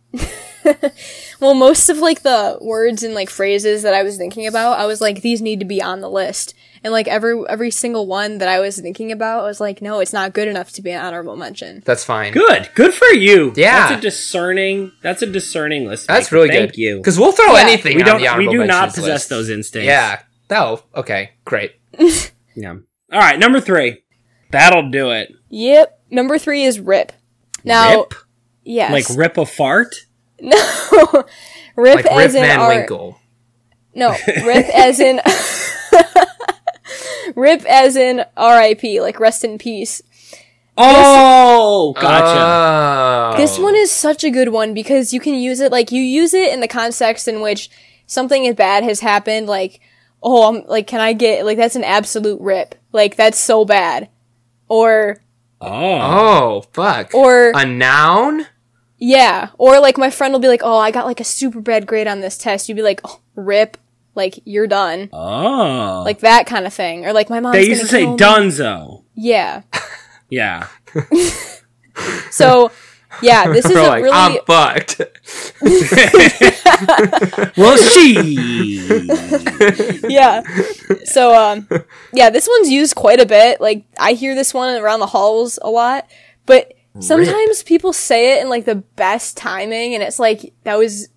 S3: well, most of like the words and like phrases that I was thinking about, I was like these need to be on the list. And like every every single one that I was thinking about, I was like no, it's not good enough to be an honorable mention.
S2: That's fine.
S1: Good. Good for you.
S2: Yeah.
S1: That's a discerning. That's a discerning list.
S2: That's
S1: maker.
S2: really
S1: Thank
S2: good.
S1: you.
S2: Because we'll throw
S3: Yeah.
S2: anything.
S1: We
S2: on
S1: don't.
S2: the
S1: We
S2: honorable
S1: do not
S2: mentions
S1: possess
S2: list.
S1: those instincts.
S2: Yeah. No. Okay. Great.
S1: Yeah. All right. Number three. That'll do it.
S3: Yep. Number 3 is rip. Now,
S2: Rip?
S3: Oh, yes.
S1: Like rip a fart.
S3: no. rip
S2: Like Rip
S3: as in
S2: Van
S3: our-
S2: Winkle.
S3: No, rip as in rip as in R.I.P. Like rest in peace.
S1: Oh, gotcha.
S2: Oh.
S3: This one is such a good one because you can use it like you use it in the context in which something bad has happened. Like, oh, I'm like, can I get like that's an absolute rip. Like that's so bad. Or
S1: oh.
S2: Oh fuck.
S3: Or-
S2: a noun.
S3: yeah, or like my friend will be like, oh, I got like a super bad grade on this test. You'd be like, oh, rip. Like you're done.
S1: Oh.
S3: Like that kind of thing. Or like my mom's.
S1: they used
S3: gonna
S1: to say
S3: kill me.
S1: dunzo.
S3: Yeah.
S1: Yeah.
S3: So. Yeah, this is
S2: We're
S3: a
S2: like, "Um."
S3: really
S2: I'm fucked.
S1: Well, she.
S3: yeah. So um yeah, this one's used quite a bit. Like I hear this one around the halls a lot, but sometimes people say it in like the best timing and it's like that was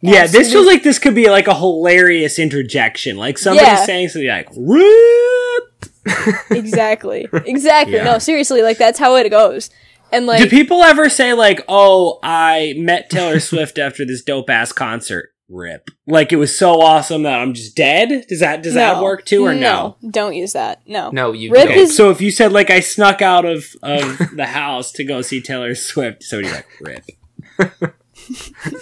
S1: yeah, this feels
S3: Absolute-
S1: like this could be like a hilarious interjection. Like somebody
S3: Yeah.
S1: saying something like "rip."
S3: exactly. Exactly.
S1: Yeah.
S3: No, seriously, like that's how it goes. And like
S1: Do people ever say like, "Oh, I met Taylor Swift after this dope ass concert"? Rip. Like it was so awesome that I'm just dead. Does that does that
S3: no.
S1: work too or no?
S3: Don't use that. No.
S2: No, you
S3: Rip
S2: don't.
S1: Okay,
S3: is-
S1: so if you said like I snuck out of of the house to go see Taylor Swift, somebody's like, "Rip."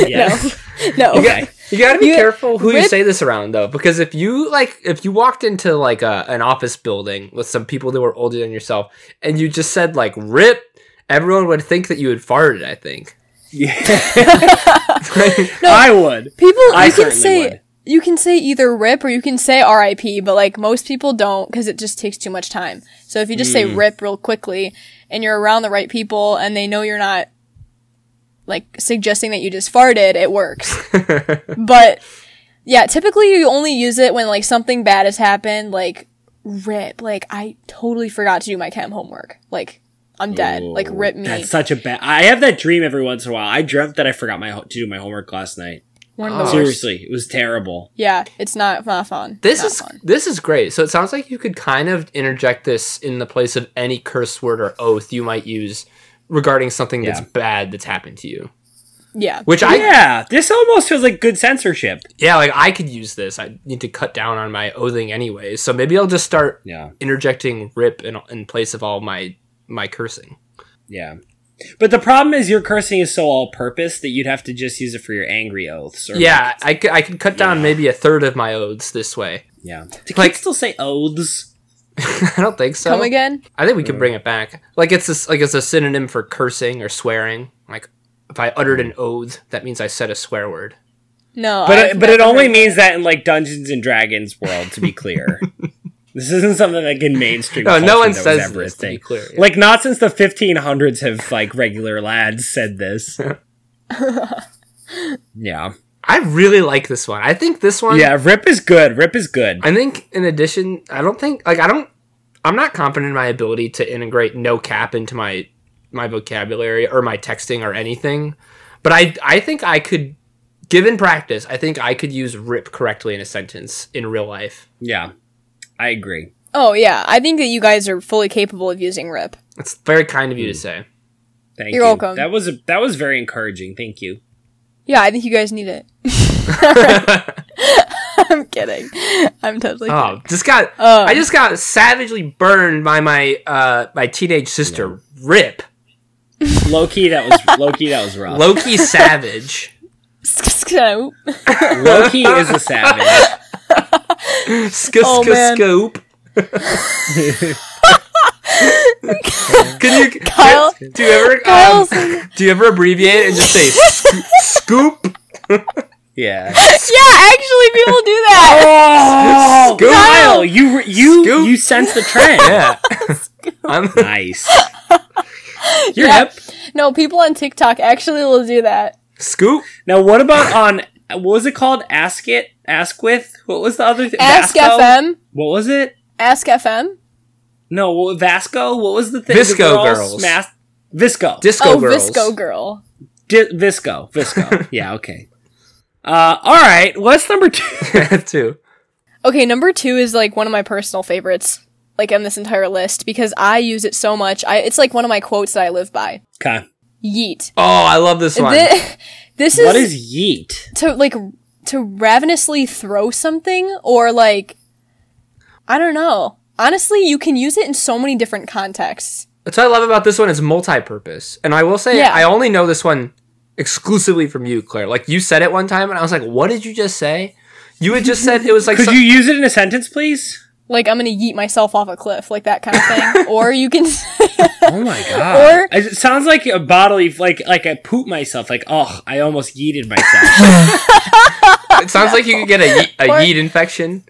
S3: No.
S1: yes.
S3: no.
S2: You got- You gotta be
S3: You-
S2: careful who you
S3: Rip-
S2: say this around though, because if you like, if you walked into like a, an office building with some people that were older than yourself, and you just said like "rip," everyone would think that you had farted. I think.
S1: Yeah. I would.
S3: People
S1: I
S3: you can
S1: certainly
S3: say
S1: would.
S3: you can say either rip or you can say RIP, but like most people don't cuz it just takes too much time. So if you just say
S1: Hmm.
S3: rip real quickly and you're around the right people and they know you're not like suggesting that you just farted, it works. but yeah, typically you only use it when like something bad has happened, like rip, like I totally forgot to do my chem homework. Like I'm dead. like
S1: Ooh,
S3: rip me.
S1: That's such a bad. I have that dream every once in a while. I dreamt that I forgot my ho- to do my homework last night.
S3: One of the worst.
S1: Seriously, it was terrible.
S3: Yeah, it's not, not fun.
S2: This
S3: Not
S2: is
S3: fun.
S2: this is great. So it sounds like you could kind of interject this in the place of any curse word or oath you might use regarding something
S1: Yeah.
S2: that's bad that's happened to you.
S3: yeah.
S2: Which I yeah.
S1: yeah, this almost feels like good censorship.
S2: like I could use this. I need to cut down on my oathing anyway. So maybe I'll just start
S1: Yeah,
S2: interjecting "rip" in, in place of all my my cursing.
S1: yeah. But the problem is your cursing is so all purpose that you'd have to just use it for your angry oaths. Or
S2: Yeah, I could, I could cut down maybe a third of my odes this way.
S1: yeah. Do
S2: Like-
S1: kids still say oaths?
S2: I don't think so.
S3: Come again?
S2: I think we could bring it back. Like it's a, like it's a synonym for cursing or swearing. Like if I uttered an oath, that means I said a swear word.
S3: No.
S1: But
S3: I've
S1: it, but it
S3: never
S1: only
S3: heard-
S1: means that in like Dungeons and Dragons world. To be clear, this isn't something like in mainstream.
S2: No,
S1: culture
S2: no one
S1: that was
S2: says
S1: ever a
S2: this. To be
S1: thing.
S2: clear, yeah.
S1: Like not since the 1500s have like regular lads said this. yeah,
S2: I really like this one. I think this one.
S1: yeah. Rip is good. Rip is good.
S2: I think in addition, I don't think like I don't. I'm not confident in my ability to integrate no cap into my my vocabulary or my texting or anything. But I I think I could, given practice, I think I could use rip correctly in a sentence in real life.
S1: Yeah, I agree.
S3: Oh yeah, I think that you guys are fully capable of using rip.
S2: That's very kind of you to say.
S1: Thank
S3: You're
S1: you.
S3: welcome.
S1: That was a, that was very encouraging. Thank you.
S3: Yeah, I think you guys need it. I'm kidding. I'm totally. kidding.
S2: Oh, just got
S3: Um,
S2: I just got savagely burned by my uh my teenage sister Rip
S1: Loki, that was Loki. That was rough.
S2: Loki Savage.
S3: So-
S1: Loki is a savage.
S2: Sk-
S3: Oh,
S2: sk-
S3: man.
S2: scope. Can you
S3: Kyle-
S2: can- do you ever um,
S3: Kyle's-
S2: do you ever abbreviate and just say sc- scoop?
S1: Yeah.
S3: yeah, actually, people do that.
S1: Oh,
S2: Scoop.
S1: Kyle, you re- you
S2: Scoop.
S1: you sense the trend.
S2: Yeah. I'm,
S1: Nice. You're
S3: Yeah.
S1: hip.
S3: No, people on TikTok actually will do that.
S2: scoop.
S1: Now, what about on what was it called? Ask it. Ask with. What was the other thing?
S3: Ask
S1: Vasco?
S3: FM.
S1: What was it?
S3: Ask FM.
S1: No, what- Vasco. What was the thing?
S2: Visco
S1: the all
S2: Girls.
S1: smashed- Visco.
S2: Disco
S3: oh,
S2: girls.
S3: Visco girl.
S1: Di- Visco. Visco. yeah. Okay. Uh, all right. What's number two?
S2: Too.
S3: Okay, number two is like one of my personal favorites, like on this entire list because I use it so much. I it's like one of my quotes that I live by.
S1: Okay.
S3: Yeet.
S2: Oh, I love this one.
S3: Thi- This,
S1: What is yeet?
S3: to like to ravenously throw something or like I don't know. Honestly, you can use it in so many different contexts.
S2: That's what I love about this one. It's multi-purpose, and I will say
S3: Yeah.
S2: I only know this one exclusively from you, Claire. Like you said it one time, and I was like, "What did you just say?" You had just said it was like
S1: Could
S2: some-
S1: you use it in a sentence, please?
S3: Like I'm gonna yeet myself off a cliff, like that kind of thing. or you can
S1: Oh my god!
S3: Or-
S1: it sounds like a bodily, like like I poop myself. Like oh, I almost yeeted myself.
S2: it sounds like you could get a, ye- a yeet infection.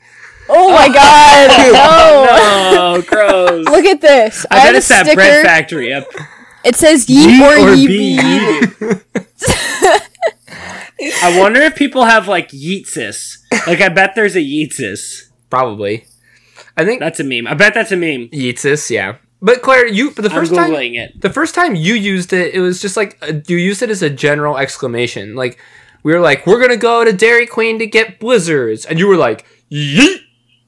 S3: Oh my god! No!
S1: oh, gross!
S3: Look at this. I,
S1: I
S3: have
S1: bet
S3: a
S1: it's that bread
S3: sticker. E
S1: factory up.
S3: It says yeet,
S1: Yeet
S3: or,
S1: or
S3: yeet
S1: be
S3: be yeet.
S1: yeeted. I wonder if people have like yeetsis. Like I bet there's a yeetsis.
S2: Probably, I think
S1: That's a meme. I bet that's a meme.
S2: yeetsis. Yeah, but Claire, you but the first
S1: I'm
S2: time
S1: googling it.
S2: the first time you used it, it was just like a, you used it as a general exclamation. Like we were like, "We're gonna go to Dairy Queen to get blizzards," and you were like, "Yeet!"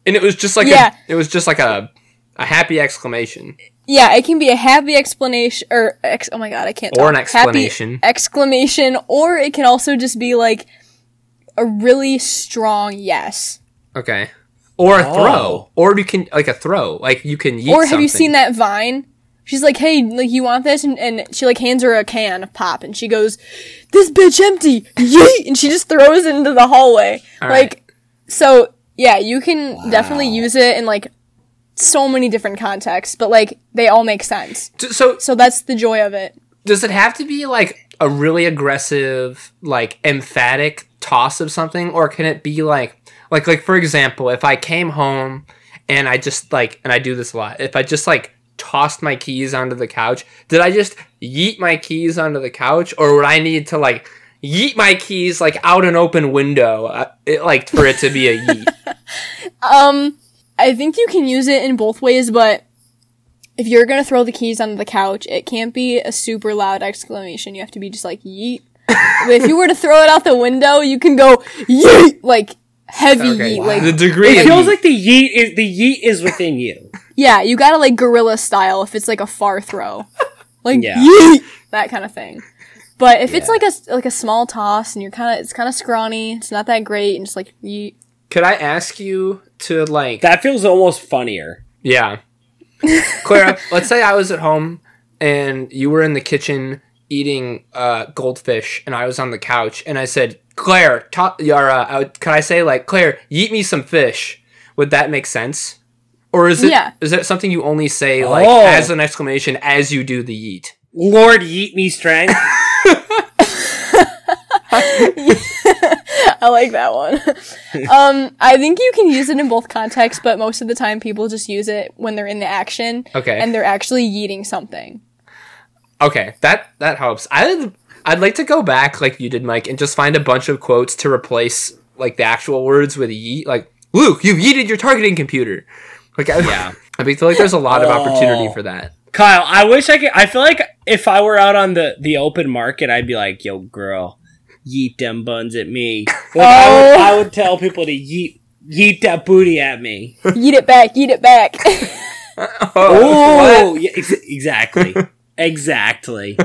S2: And it was just like
S3: Yeah.
S2: a, it was just like a a happy exclamation.
S3: Yeah, it can be a happy explanation or ex- oh my god, I can't.
S2: Or
S3: talk.
S2: an
S3: Happy
S2: explanation.
S3: exclamation, or it can also just be like a really strong yes.
S2: Okay. Or a
S1: Oh.
S2: throw, or you can like a throw, like you can. Yeet
S3: or have
S2: something.
S3: you seen that Vine? She's like, hey, like you want this, and, and she like hands her a can of pop, and she goes, "This bitch empty, yeet!" And she just throws it into the hallway.
S2: All right.
S3: like, so yeah, you can definitely use it in like so many different contexts, but like they all make sense.
S2: D- So
S3: So that's the joy of it.
S2: does it have to be like a really aggressive, like emphatic toss of something, or can it be like, like, like for example, if I came home and I just like, and I do this a lot, if I just like tossed my keys onto the couch, did I just yeet my keys onto the couch, or would I need to like yeet my keys like out an open window, uh, it, like for it to be a yeet?
S3: Um, I think you can use it in both ways, but if you're gonna throw the keys onto the couch, it can't be a super loud exclamation. You have to be just like yeet. but if you were to throw it out the window, you can go yeet like heavy
S2: Okay,
S3: yeet. Like
S2: the degree.
S1: It
S2: of
S1: feels
S2: yeet.
S1: like the yeet is the yeet is within you.
S3: yeah, you gotta like gorilla style if it's like a far throw, like
S1: Yeah.
S3: yeet that kind of thing. But if it's like a s- like a small toss and you're kind of it's kind of scrawny, it's not that great, and just like yeet.
S2: Could I ask you to like
S1: That feels almost funnier.
S2: Yeah. Clara, let's say I was at home and you were in the kitchen eating uh, goldfish, and I was on the couch, and I said, "Claire, ta- or, uh, I would- can I say like Claire, eat me some fish?" Would that make sense? Or is it is
S3: Yeah.
S2: that something you only say like
S1: Oh.
S2: as an exclamation as you do the eat?
S1: Lord, yeet me strength.
S3: I like that one. um, I think you can use it in both contexts, but most of the time people just use it when they're in the action
S2: Okay.
S3: and they're actually yeeting something.
S2: Okay, that that helps. I'd I'd like to go back like you did, Mike, and just find a bunch of quotes to replace like the actual words with yeet. Like Luke, you've yeeted your targeting computer. Like I, yeah, I feel like there's a lot of opportunity
S1: Oh.
S2: for that.
S1: Kyle, I wish I could. I feel like if I were out on the the open market, I'd be like, "Yo, girl, yeet them buns at me." Like, I, would, I would tell people to yeet yeet that booty at me.
S3: Yeet it back, yeet it back.
S1: Oh, yeah, ex- exactly, exactly.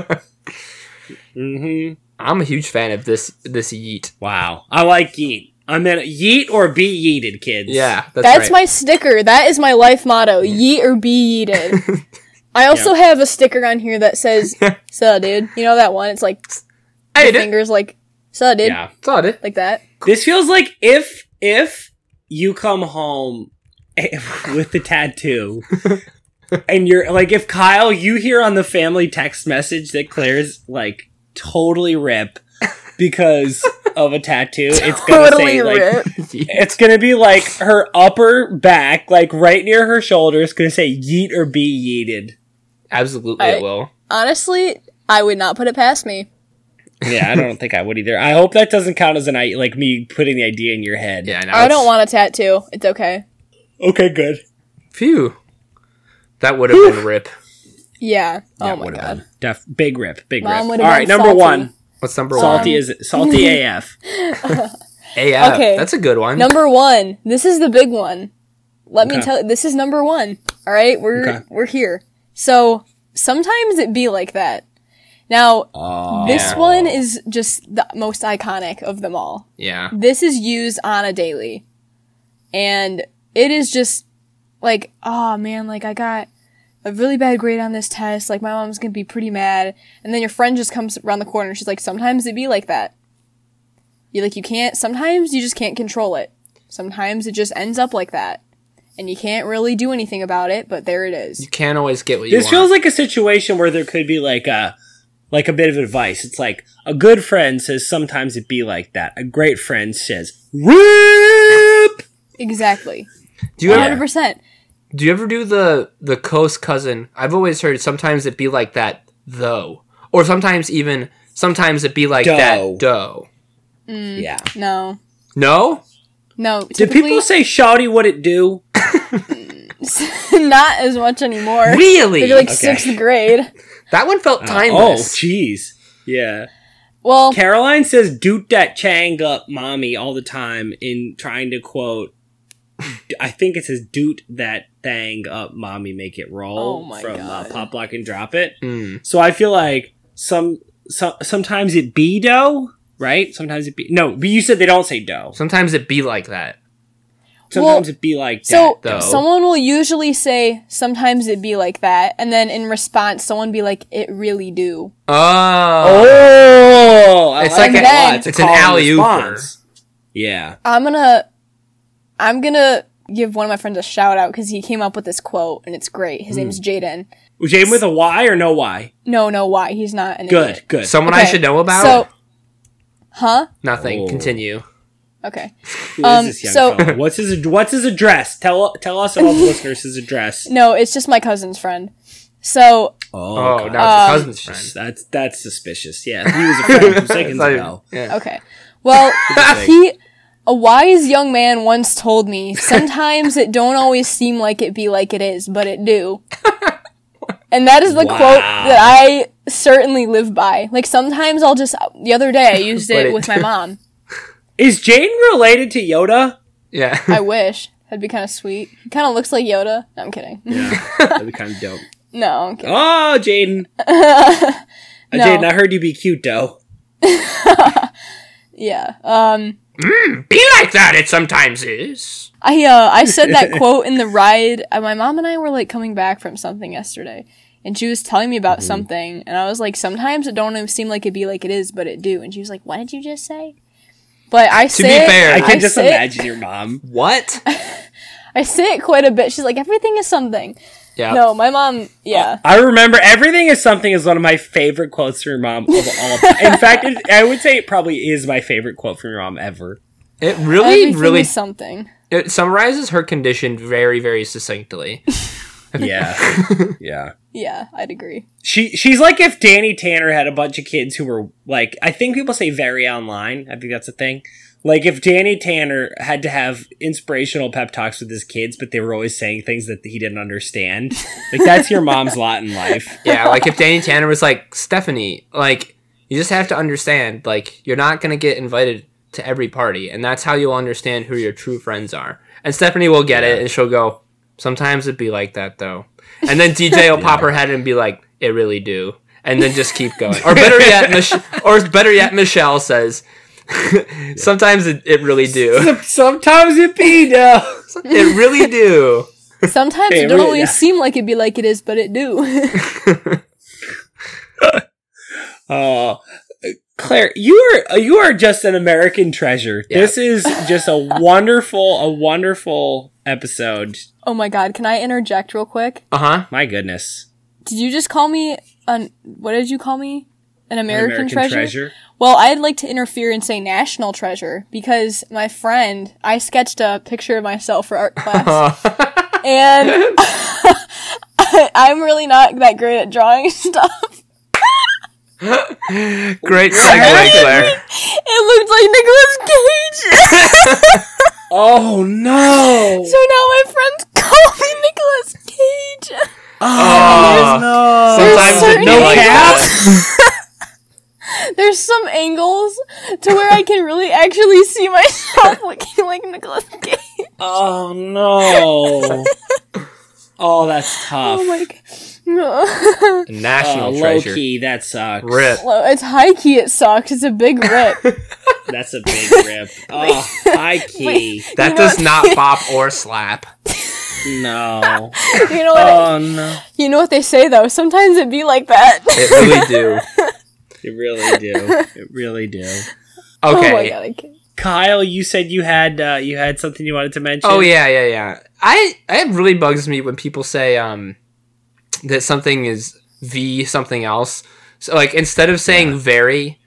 S1: hmm
S2: I'm a huge fan of this this yeet.
S1: Wow, I like yeet. I'm in yeet or be yeeted, kids.
S2: Yeah, that's,
S3: That's
S2: right.
S3: my sticker. That is my life motto. Yeet or be yeeted. I also have a sticker on here that says, "So, dude." You know that one? It's like
S2: my. Hey,
S3: the
S2: dude,
S3: fingers like, "So, dude."
S1: yeah.
S2: saw it.
S3: Like that.
S1: This feels like if if you come home with the tattoo and you're like if Kyle you hear on the family text message that Claire's like totally rip because of a tattoo it's gonna
S3: Totally
S1: say like
S3: rip.
S1: it's gonna be like her upper back like right near her shoulder it's gonna say yeet or be yeeted
S2: Absolutely,
S3: I-
S2: it will.
S3: Honestly, I would not put it past me.
S1: yeah I don't think I would either I hope that doesn't count as an I like me putting the idea in your head
S2: Yeah, know,
S3: I
S2: it's-
S3: don't want a tattoo. It's okay.
S1: okay good
S2: Phew, that would have been rip.
S3: Yeah.
S1: Yeah,
S3: oh my
S1: would've
S3: god.
S1: been Def- big rip, big
S3: Mom
S1: rip.
S3: would've
S1: All right,
S3: been
S1: number
S3: salty. Um,
S1: one,
S2: What's number
S1: salty is salty AF.
S2: one? AF.
S3: Okay.
S2: That's a good one.
S3: Number one. This is the big one. Let me
S1: Okay.
S3: tell. This is number one. All right, we're
S1: Okay.
S3: we're here. So sometimes it be like that. Now this
S2: Yeah.
S3: one is just the most iconic of them all.
S2: yeah.
S3: This is used on a daily, and it is just like, oh man, like I got a really bad grade on this test. Like my mom's gonna be pretty mad. And then your friend just comes around the corner. She's like, sometimes it be like that. You like you can't. Sometimes you just can't control it. Sometimes it just ends up like that, and you can't really do anything about it. But there it is.
S2: You can't always get what you
S1: This
S2: want.
S1: feels like a situation where there could be like a like a bit of advice. It's like a good friend says sometimes it be like that. A great friend says rip.
S3: Exactly.
S2: do you
S3: Hundred
S2: ever
S3: percent.
S2: Do you ever do the the close cousin? I've always heard sometimes it be like that though, or sometimes even sometimes it be like
S1: Dough.
S2: that dough.
S1: Yeah.
S3: No.
S2: No,
S3: No.
S1: Do
S3: Mm. Typically,
S1: people say shouty what it do?
S3: not as much anymore.
S2: really?
S3: Maybe like
S1: Okay.
S3: sixth grade.
S2: that one felt
S1: Oh,
S2: timeless.
S1: jeez. Yeah.
S3: Well,
S1: Caroline says doot that chang up mommy all the time in trying to quote I think it says doot that thang up mommy make it roll
S3: Oh my
S1: from uh,
S3: God.
S1: Pop Lock and Drop It.
S2: Mm.
S1: So I feel like some, some sometimes it be dough, right? Sometimes it be no, but you said they don't say dough.
S2: Sometimes it be like that.
S1: Sometimes it be like
S3: So
S2: though.
S3: someone will usually say sometimes it be like that, and then in response, someone be like, "It really do."
S2: Oh,
S1: Oh, I
S2: It's
S1: like,
S3: like
S1: it a
S3: a-
S1: lot. It's,
S2: it's
S1: a
S2: an
S1: call and
S2: alley-ooper.
S1: response. Yeah.
S3: I'm gonna, I'm gonna give one of my friends a shout out because he came up with this quote and it's great. His
S2: Hmm.
S3: name's Jaden.
S1: Jaden with a Y or no Y?
S3: No, no, why he's not an
S1: Good,
S3: idiot.
S1: good.
S2: someone I
S3: Oh. Okay,
S2: should know about.
S3: So, huh?
S2: Nothing.
S1: Oh.
S2: Continue.
S3: Okay.
S1: Who is
S3: um,
S1: this young
S3: so-
S1: fella? What's his what's his address? Tell tell us and all the listeners his address.
S3: No, it's just my cousin's friend. So
S2: Oh,
S1: God.
S2: now it's
S3: Um,
S2: a cousin's friend.
S1: that's that's suspicious. Yeah, he was a friend from seconds
S2: Sorry.
S1: ago.
S2: Yeah.
S3: Okay. Well, he, a wise young man once told me, sometimes it don't always seem like it be like it is, but it do. and that is the
S1: Wow.
S3: quote that I certainly live by. Like sometimes I'll just the other day I used
S2: But
S3: it
S2: it
S3: with my
S2: do.
S3: mom.
S1: Is Jaden related to Yoda?
S2: Yeah.
S3: I wish that'd be kind of sweet. He kind of looks like Yoda. No, I'm kidding.
S1: Yeah, that'd be kind of dope.
S3: no, I'm kidding.
S1: Oh, Jaden. Uh,
S3: No.
S1: Jaden, I heard you be cute though.
S3: Yeah. Um.
S2: Hmm. be like that. It sometimes is.
S3: I uh I said that quote in the ride. uh, My mom and I were like coming back from something yesterday, and she was telling me
S1: Mm-hmm.
S3: about something and I was like, sometimes it don't even seem like it be like it is, but it do. And she was like, what did you just say? But I
S2: To
S3: say
S2: be
S3: it-
S2: fair,
S1: I can
S3: I
S1: just
S3: say-
S1: imagine your mom.
S2: What?
S3: I say it quite a bit. She's like, everything is something.
S2: Yeah.
S3: No, my mom, yeah.
S1: I remember everything is something is one of my favorite quotes from your mom of all. In fact, it, I would say it probably is my favorite quote from your mom ever.
S2: It really,
S3: everything
S2: really
S3: is something.
S2: it summarizes her condition very, very succinctly.
S1: Yeah, yeah.
S3: Yeah, I'd agree.
S1: She she's like if Danny Tanner had a bunch of kids who were like I think people say very online. I think that's a thing. Like if Danny Tanner had to have inspirational pep talks with his kids, but they were always saying things that he didn't understand. Like that's your mom's lot in life.
S2: yeah, like if Danny Tanner was like, Stephanie, like, you just have to understand, like, you're not going to get invited to every party, and that's how you'll understand who your true friends are. And Stephanie will get it, and she'll go, sometimes it'd be like that, though. And then DJ will pop her head and be like, it really do. And then just keep going. Or better yet, Mich- or better yet, Michelle says, sometimes it, it really do.
S1: Sometimes it be though.
S2: it really do.
S3: Sometimes
S1: Hey,
S3: it don't
S1: really,
S3: always
S1: yeah.
S3: seem like it be like it is, but it do.
S1: Oh, Claire, you are you are just an American treasure.
S2: Yeah.
S1: This is just a wonderful, a wonderful episode.
S3: oh my god, can I interject real quick?
S2: Uh huh.
S1: My goodness,
S3: Did you just call me an what did you call me? An
S1: An
S3: American, treasure? Well, I'd like to interfere and say national treasure because my friend, I sketched a picture of myself for art class. and I'm really not that great at drawing stuff.
S2: Great segue, Claire.
S3: It looked like Nicolas Cage.
S1: Oh no!
S3: so now my friends call me Nicolas Cage.
S1: no.
S2: Oh, Sometimes
S3: There's
S2: it no
S3: certain
S2: like that.
S3: There's some angles to where I can really actually see myself looking like Nicolas Cage.
S1: Oh no. oh, that's tough.
S3: Oh my god.
S1: Oh,
S2: National
S1: low
S2: treasure.
S1: key, that sucks.
S2: Rip.
S3: Well, it's high key, it sucks. It's a big rip.
S1: That's a big rip. Oh, high key.
S2: That
S3: You know
S2: does
S3: what-
S2: not bop or slap.
S1: No.
S3: You know what?
S1: Oh no.
S3: You know what they say though. Sometimes it be like that.
S2: It really do.
S1: It really do. It really do.
S3: oh my
S2: Okay.
S3: god!
S2: Oh,
S3: I can't.
S1: Kyle, you said you had uh, you had something you wanted to mention.
S2: Oh, yeah, yeah, yeah. I it really bugs me when people say um that something is v something else. So like instead of saying very,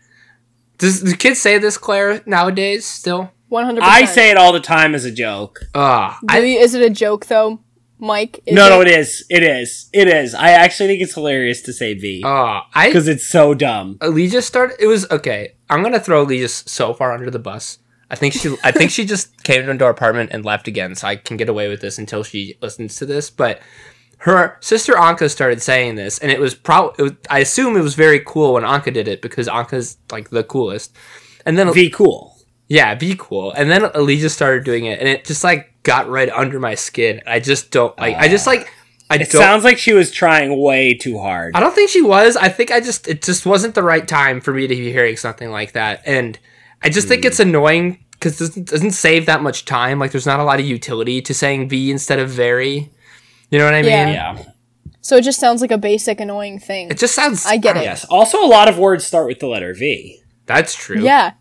S2: does do kids say this Claire nowadays still?
S3: One hundred.
S1: I say it all the time as a joke.
S2: Ah, I
S3: is it a joke though, Mike? Is
S1: no, no, it is. It is. It is. I actually think it's hilarious to say V
S2: ah, I
S1: because it's so dumb.
S2: Alija started. It was okay. I'm gonna throw Alija so far under the bus. I think she. I think she just came into our apartment and left again, so I can get away with this until she listens to this. But her sister Anka started saying this, and it was probably. I assume it was very cool when Anka did it because Anka's like the coolest. And then
S1: V cool.
S2: yeah, be cool. And then Alija started doing it, and it just like got right under my skin. I just don't like. I just like. I
S1: It
S2: don't.
S1: sounds like she was trying way too hard.
S2: I don't think she was. I think I just it just wasn't the right time for me to be hearing something like that, and I just think it's annoying because this doesn't save that much time. Like, there's not a lot of utility to saying "v" instead of "very." You know what I mean?
S3: Yeah.
S1: Yeah.
S3: So it just sounds like a basic annoying thing.
S2: It just sounds.
S3: I get it.
S1: Yes. Also, a lot of words start with the letter V.
S2: That's true.
S3: Yeah,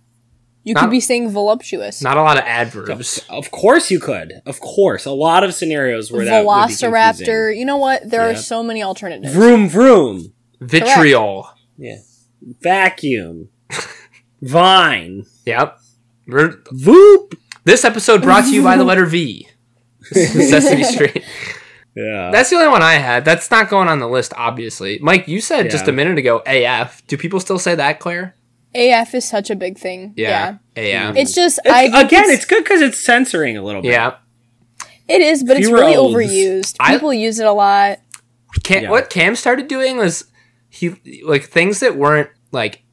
S3: you
S2: Not-
S3: could be saying voluptuous,
S2: Not a lot of adverbs.
S1: Of course, you could. Of course, a lot of scenarios where that would be confusing.
S3: velociraptor. You know what? There are
S1: Yeah.
S3: so many alternatives.
S1: Vroom vroom.
S2: Vitriol.
S1: Yeah. Vacuum. Vine.
S2: Yep. We're-
S1: Voop.
S2: this episode brought to you by the letter V. Sesame Street.
S1: Yeah.
S2: That's the only one I had. That's not going on the list, obviously. Mike, you said just
S1: Yeah.
S2: a minute ago AF. Do people still say that, Claire?
S3: AF is such a big thing. Yeah,
S2: AF.
S3: it's just I
S1: It's,
S3: think
S1: again, it's, good because it's censoring a little bit.
S2: Yeah.
S3: it is, but it's
S1: fewer
S3: really
S1: O's.
S3: overused.
S2: I-
S3: People use it a lot.
S2: Cam,
S1: Yeah.
S2: What Cam started doing was he like things that weren't like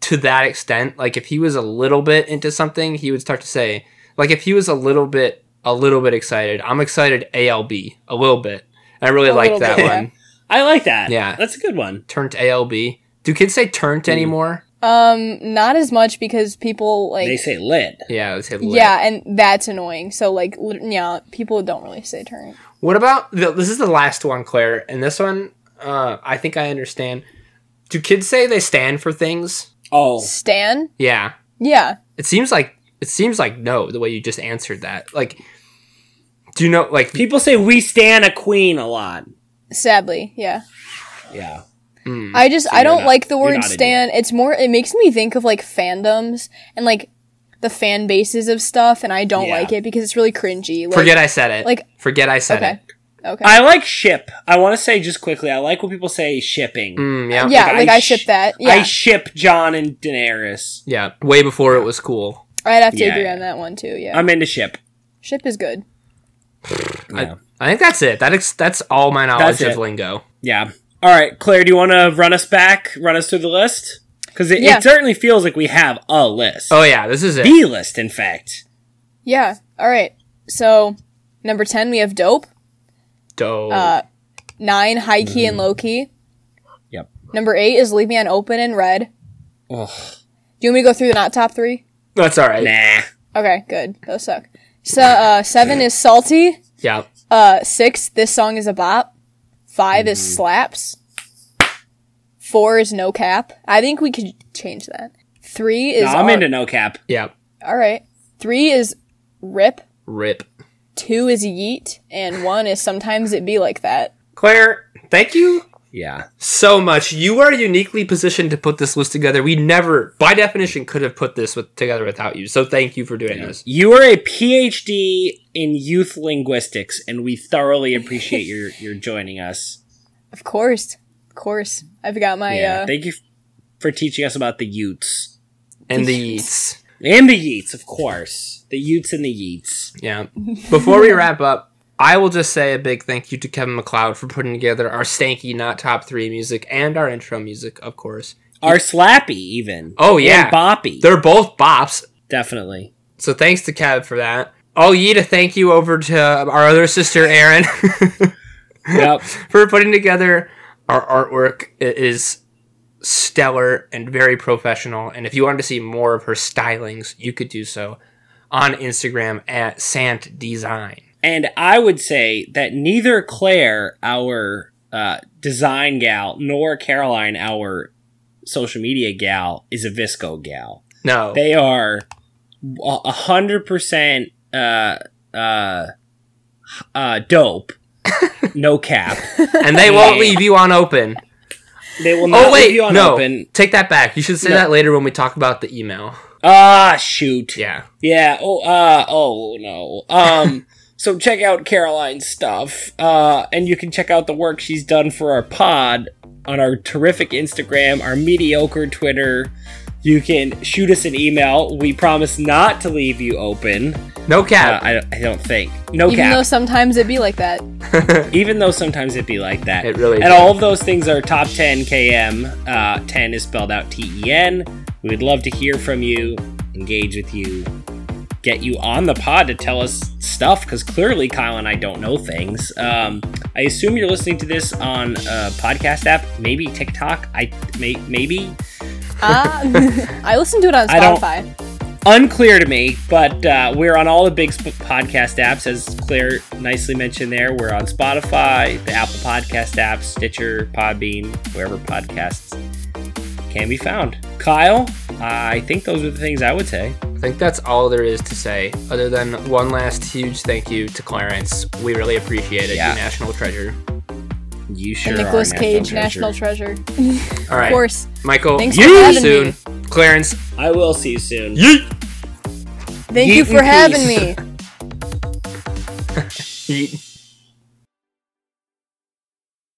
S2: to that extent. Like if he was a little bit into something, he would start to say like if he was a little bit a little bit excited. I'm excited. ALB a little bit. I really
S3: A
S2: liked
S3: little
S2: that
S3: bit, yeah.
S2: one.
S1: I like that.
S2: Yeah.
S1: That's a good one.
S2: Turnt ALB. Do kids say turnt anymore?
S3: Um, not as much because people like
S1: They say lit.
S2: Yeah, they say lit.
S3: Yeah, and that's annoying. So like, lit- yeah, people don't really say turn.
S2: What about the, this is the last one, Claire, and this one uh, I think I understand. Do kids say they stand for things?
S1: Oh,
S3: Stan?
S2: Yeah.
S3: Yeah.
S2: It seems like it seems like no, the way you just answered that. Like do you know like
S1: people say we stand a queen a lot.
S3: Sadly, yeah.
S1: Yeah.
S2: mm,
S3: I just I
S1: Hmm. you're
S3: don't
S1: not-
S3: like the
S1: you're
S3: word
S1: not into
S3: stan. It's more it makes me think of like fandoms and like the fan bases of stuff and I don't
S1: Yeah.
S3: like it because it's really cringy. Like,
S2: forget I said it.
S3: like-
S2: forget I said
S3: Okay.
S2: it.
S3: Okay.
S1: I like ship. I want to say just quickly, I like when people say shipping.
S2: Mm, yeah.
S3: yeah,
S1: like,
S3: like,
S1: I
S3: I, ship
S1: sh-
S3: that. Yeah.
S1: I ship John and Daenerys.
S2: Yeah. Way before it was cool.
S3: I'd have to
S1: Yeah,
S3: agree
S1: yeah.
S3: on that one too. Yeah.
S1: I'm into ship.
S3: ship is good.
S1: Yeah.
S2: I think that's it. That ex- that's all my knowledge
S1: That's
S2: of
S1: it.
S2: lingo.
S1: yeah. All right, Claire, do you want to run us back, run us through the list? Because it,
S3: Yeah.
S1: it certainly feels like we have a list.
S2: Oh yeah, this is it.
S1: The list, in fact.
S3: Yeah. All right. So, number 10 we have dope.
S2: Dope.
S3: Uh 9 high key and low key.
S1: Mm. Yep.
S3: Number 8 is leave me on open and red.
S1: Ugh.
S3: Do you want me to go through the not top 3?
S2: that's all right.
S1: Nah.
S3: Okay, good. Those suck. So, uh 7 is salty.
S2: Yeah.
S3: Uh, six, this song is a bop. Five
S1: Mm-hmm.
S3: is slaps. Four is no cap. I think we could change that. Three is
S1: No, I'm
S3: all-
S1: into no cap.
S2: Yeah.
S3: all right. Three is rip.
S2: Rip.
S3: Two is yeet, and one is sometimes it be like that.
S2: Claire, thank you
S1: Yeah.
S2: so much. You are uniquely positioned to put this list together. We never, by definition, could have put this with, together without you. So thank you for doing this.
S1: You are a PhD in youth linguistics, and we thoroughly appreciate your, your joining us.
S3: Of course, of course. I've got my
S1: yeah.
S3: uh,
S1: Thank you f- for teaching us about the Utes.
S2: And the yeats.
S1: And the Yeats, of course. The Utes and the Yeats.
S2: Yeah. Before we wrap up, I will just say a big thank you to Kevin McLeod for putting together our stanky not top three music and our intro music, of course.
S1: Are slappy, even.
S2: Oh, yeah.
S1: And boppy.
S2: They're both bops.
S1: Definitely.
S2: So thanks to Kev for that. Oh, ye to thank you over to our other sister, Erin.
S1: Yep.
S2: for putting together our artwork. It is stellar and very professional. And if you wanted to see more of her stylings, you could do so on Instagram at Sant Design.
S1: And I would say that neither Claire, our uh, design gal, nor Caroline, our social media gal, is a Visco gal.
S2: No,
S1: They are a a hundred percent uh uh uh dope. No cap.
S2: and they won't leave you on open.
S1: They will not
S2: Oh wait,
S1: leave you on
S2: no,
S1: open.
S2: take that back. You should say
S1: No.
S2: that later when we talk about the email.
S1: Ah shoot.
S2: Yeah,
S1: Yeah. Oh. Uh. Oh no. Um. so check out Caroline's stuff. Uh. And you can check out the work she's done for our pod on our terrific Instagram, our mediocre Twitter. You can shoot us an email. We promise not to leave you open.
S2: no
S1: Uh,
S2: cap.
S1: I, I don't think. No
S3: even though
S1: cap.
S3: sometimes it be like that.
S1: even though sometimes it be like that.
S2: It really
S1: And
S2: does.
S1: all of those things are top 10 KM. Uh, 10 is spelled out T E N. We would love to hear from you, engage with you, get you on the pod to tell us stuff because clearly Kyle and I don't know things. Um, I assume you're listening to this on a podcast app, maybe TikTok. I may, maybe
S3: Ah, I listen to it on
S1: I don't-
S3: Spotify.
S1: unclear to me, but uh, we're on all the big sp- podcast apps, as Claire nicely mentioned there. We're on Spotify, the Apple Podcast app, Stitcher, Podbean, wherever podcasts can be found. Kyle, I think those are the things I would say.
S2: I think that's all there is to say, other than one last huge thank you to Clarence. We really appreciate it.
S1: Yeah.
S2: You national treasure.
S1: You sure
S3: And
S1: are
S3: Nicolas
S1: national
S3: Cage,
S1: treasure.
S3: National Treasure.
S2: All
S3: Of
S2: right,
S3: course.
S2: Michael.
S3: Thanks
S2: see
S3: for
S2: you
S3: having
S2: soon.
S3: me.
S2: Clarence.
S1: I will see you soon.
S2: Yeet.
S3: Thank
S1: Yeet
S3: you
S1: in
S3: for having
S1: peace.
S3: me.
S2: Yeet.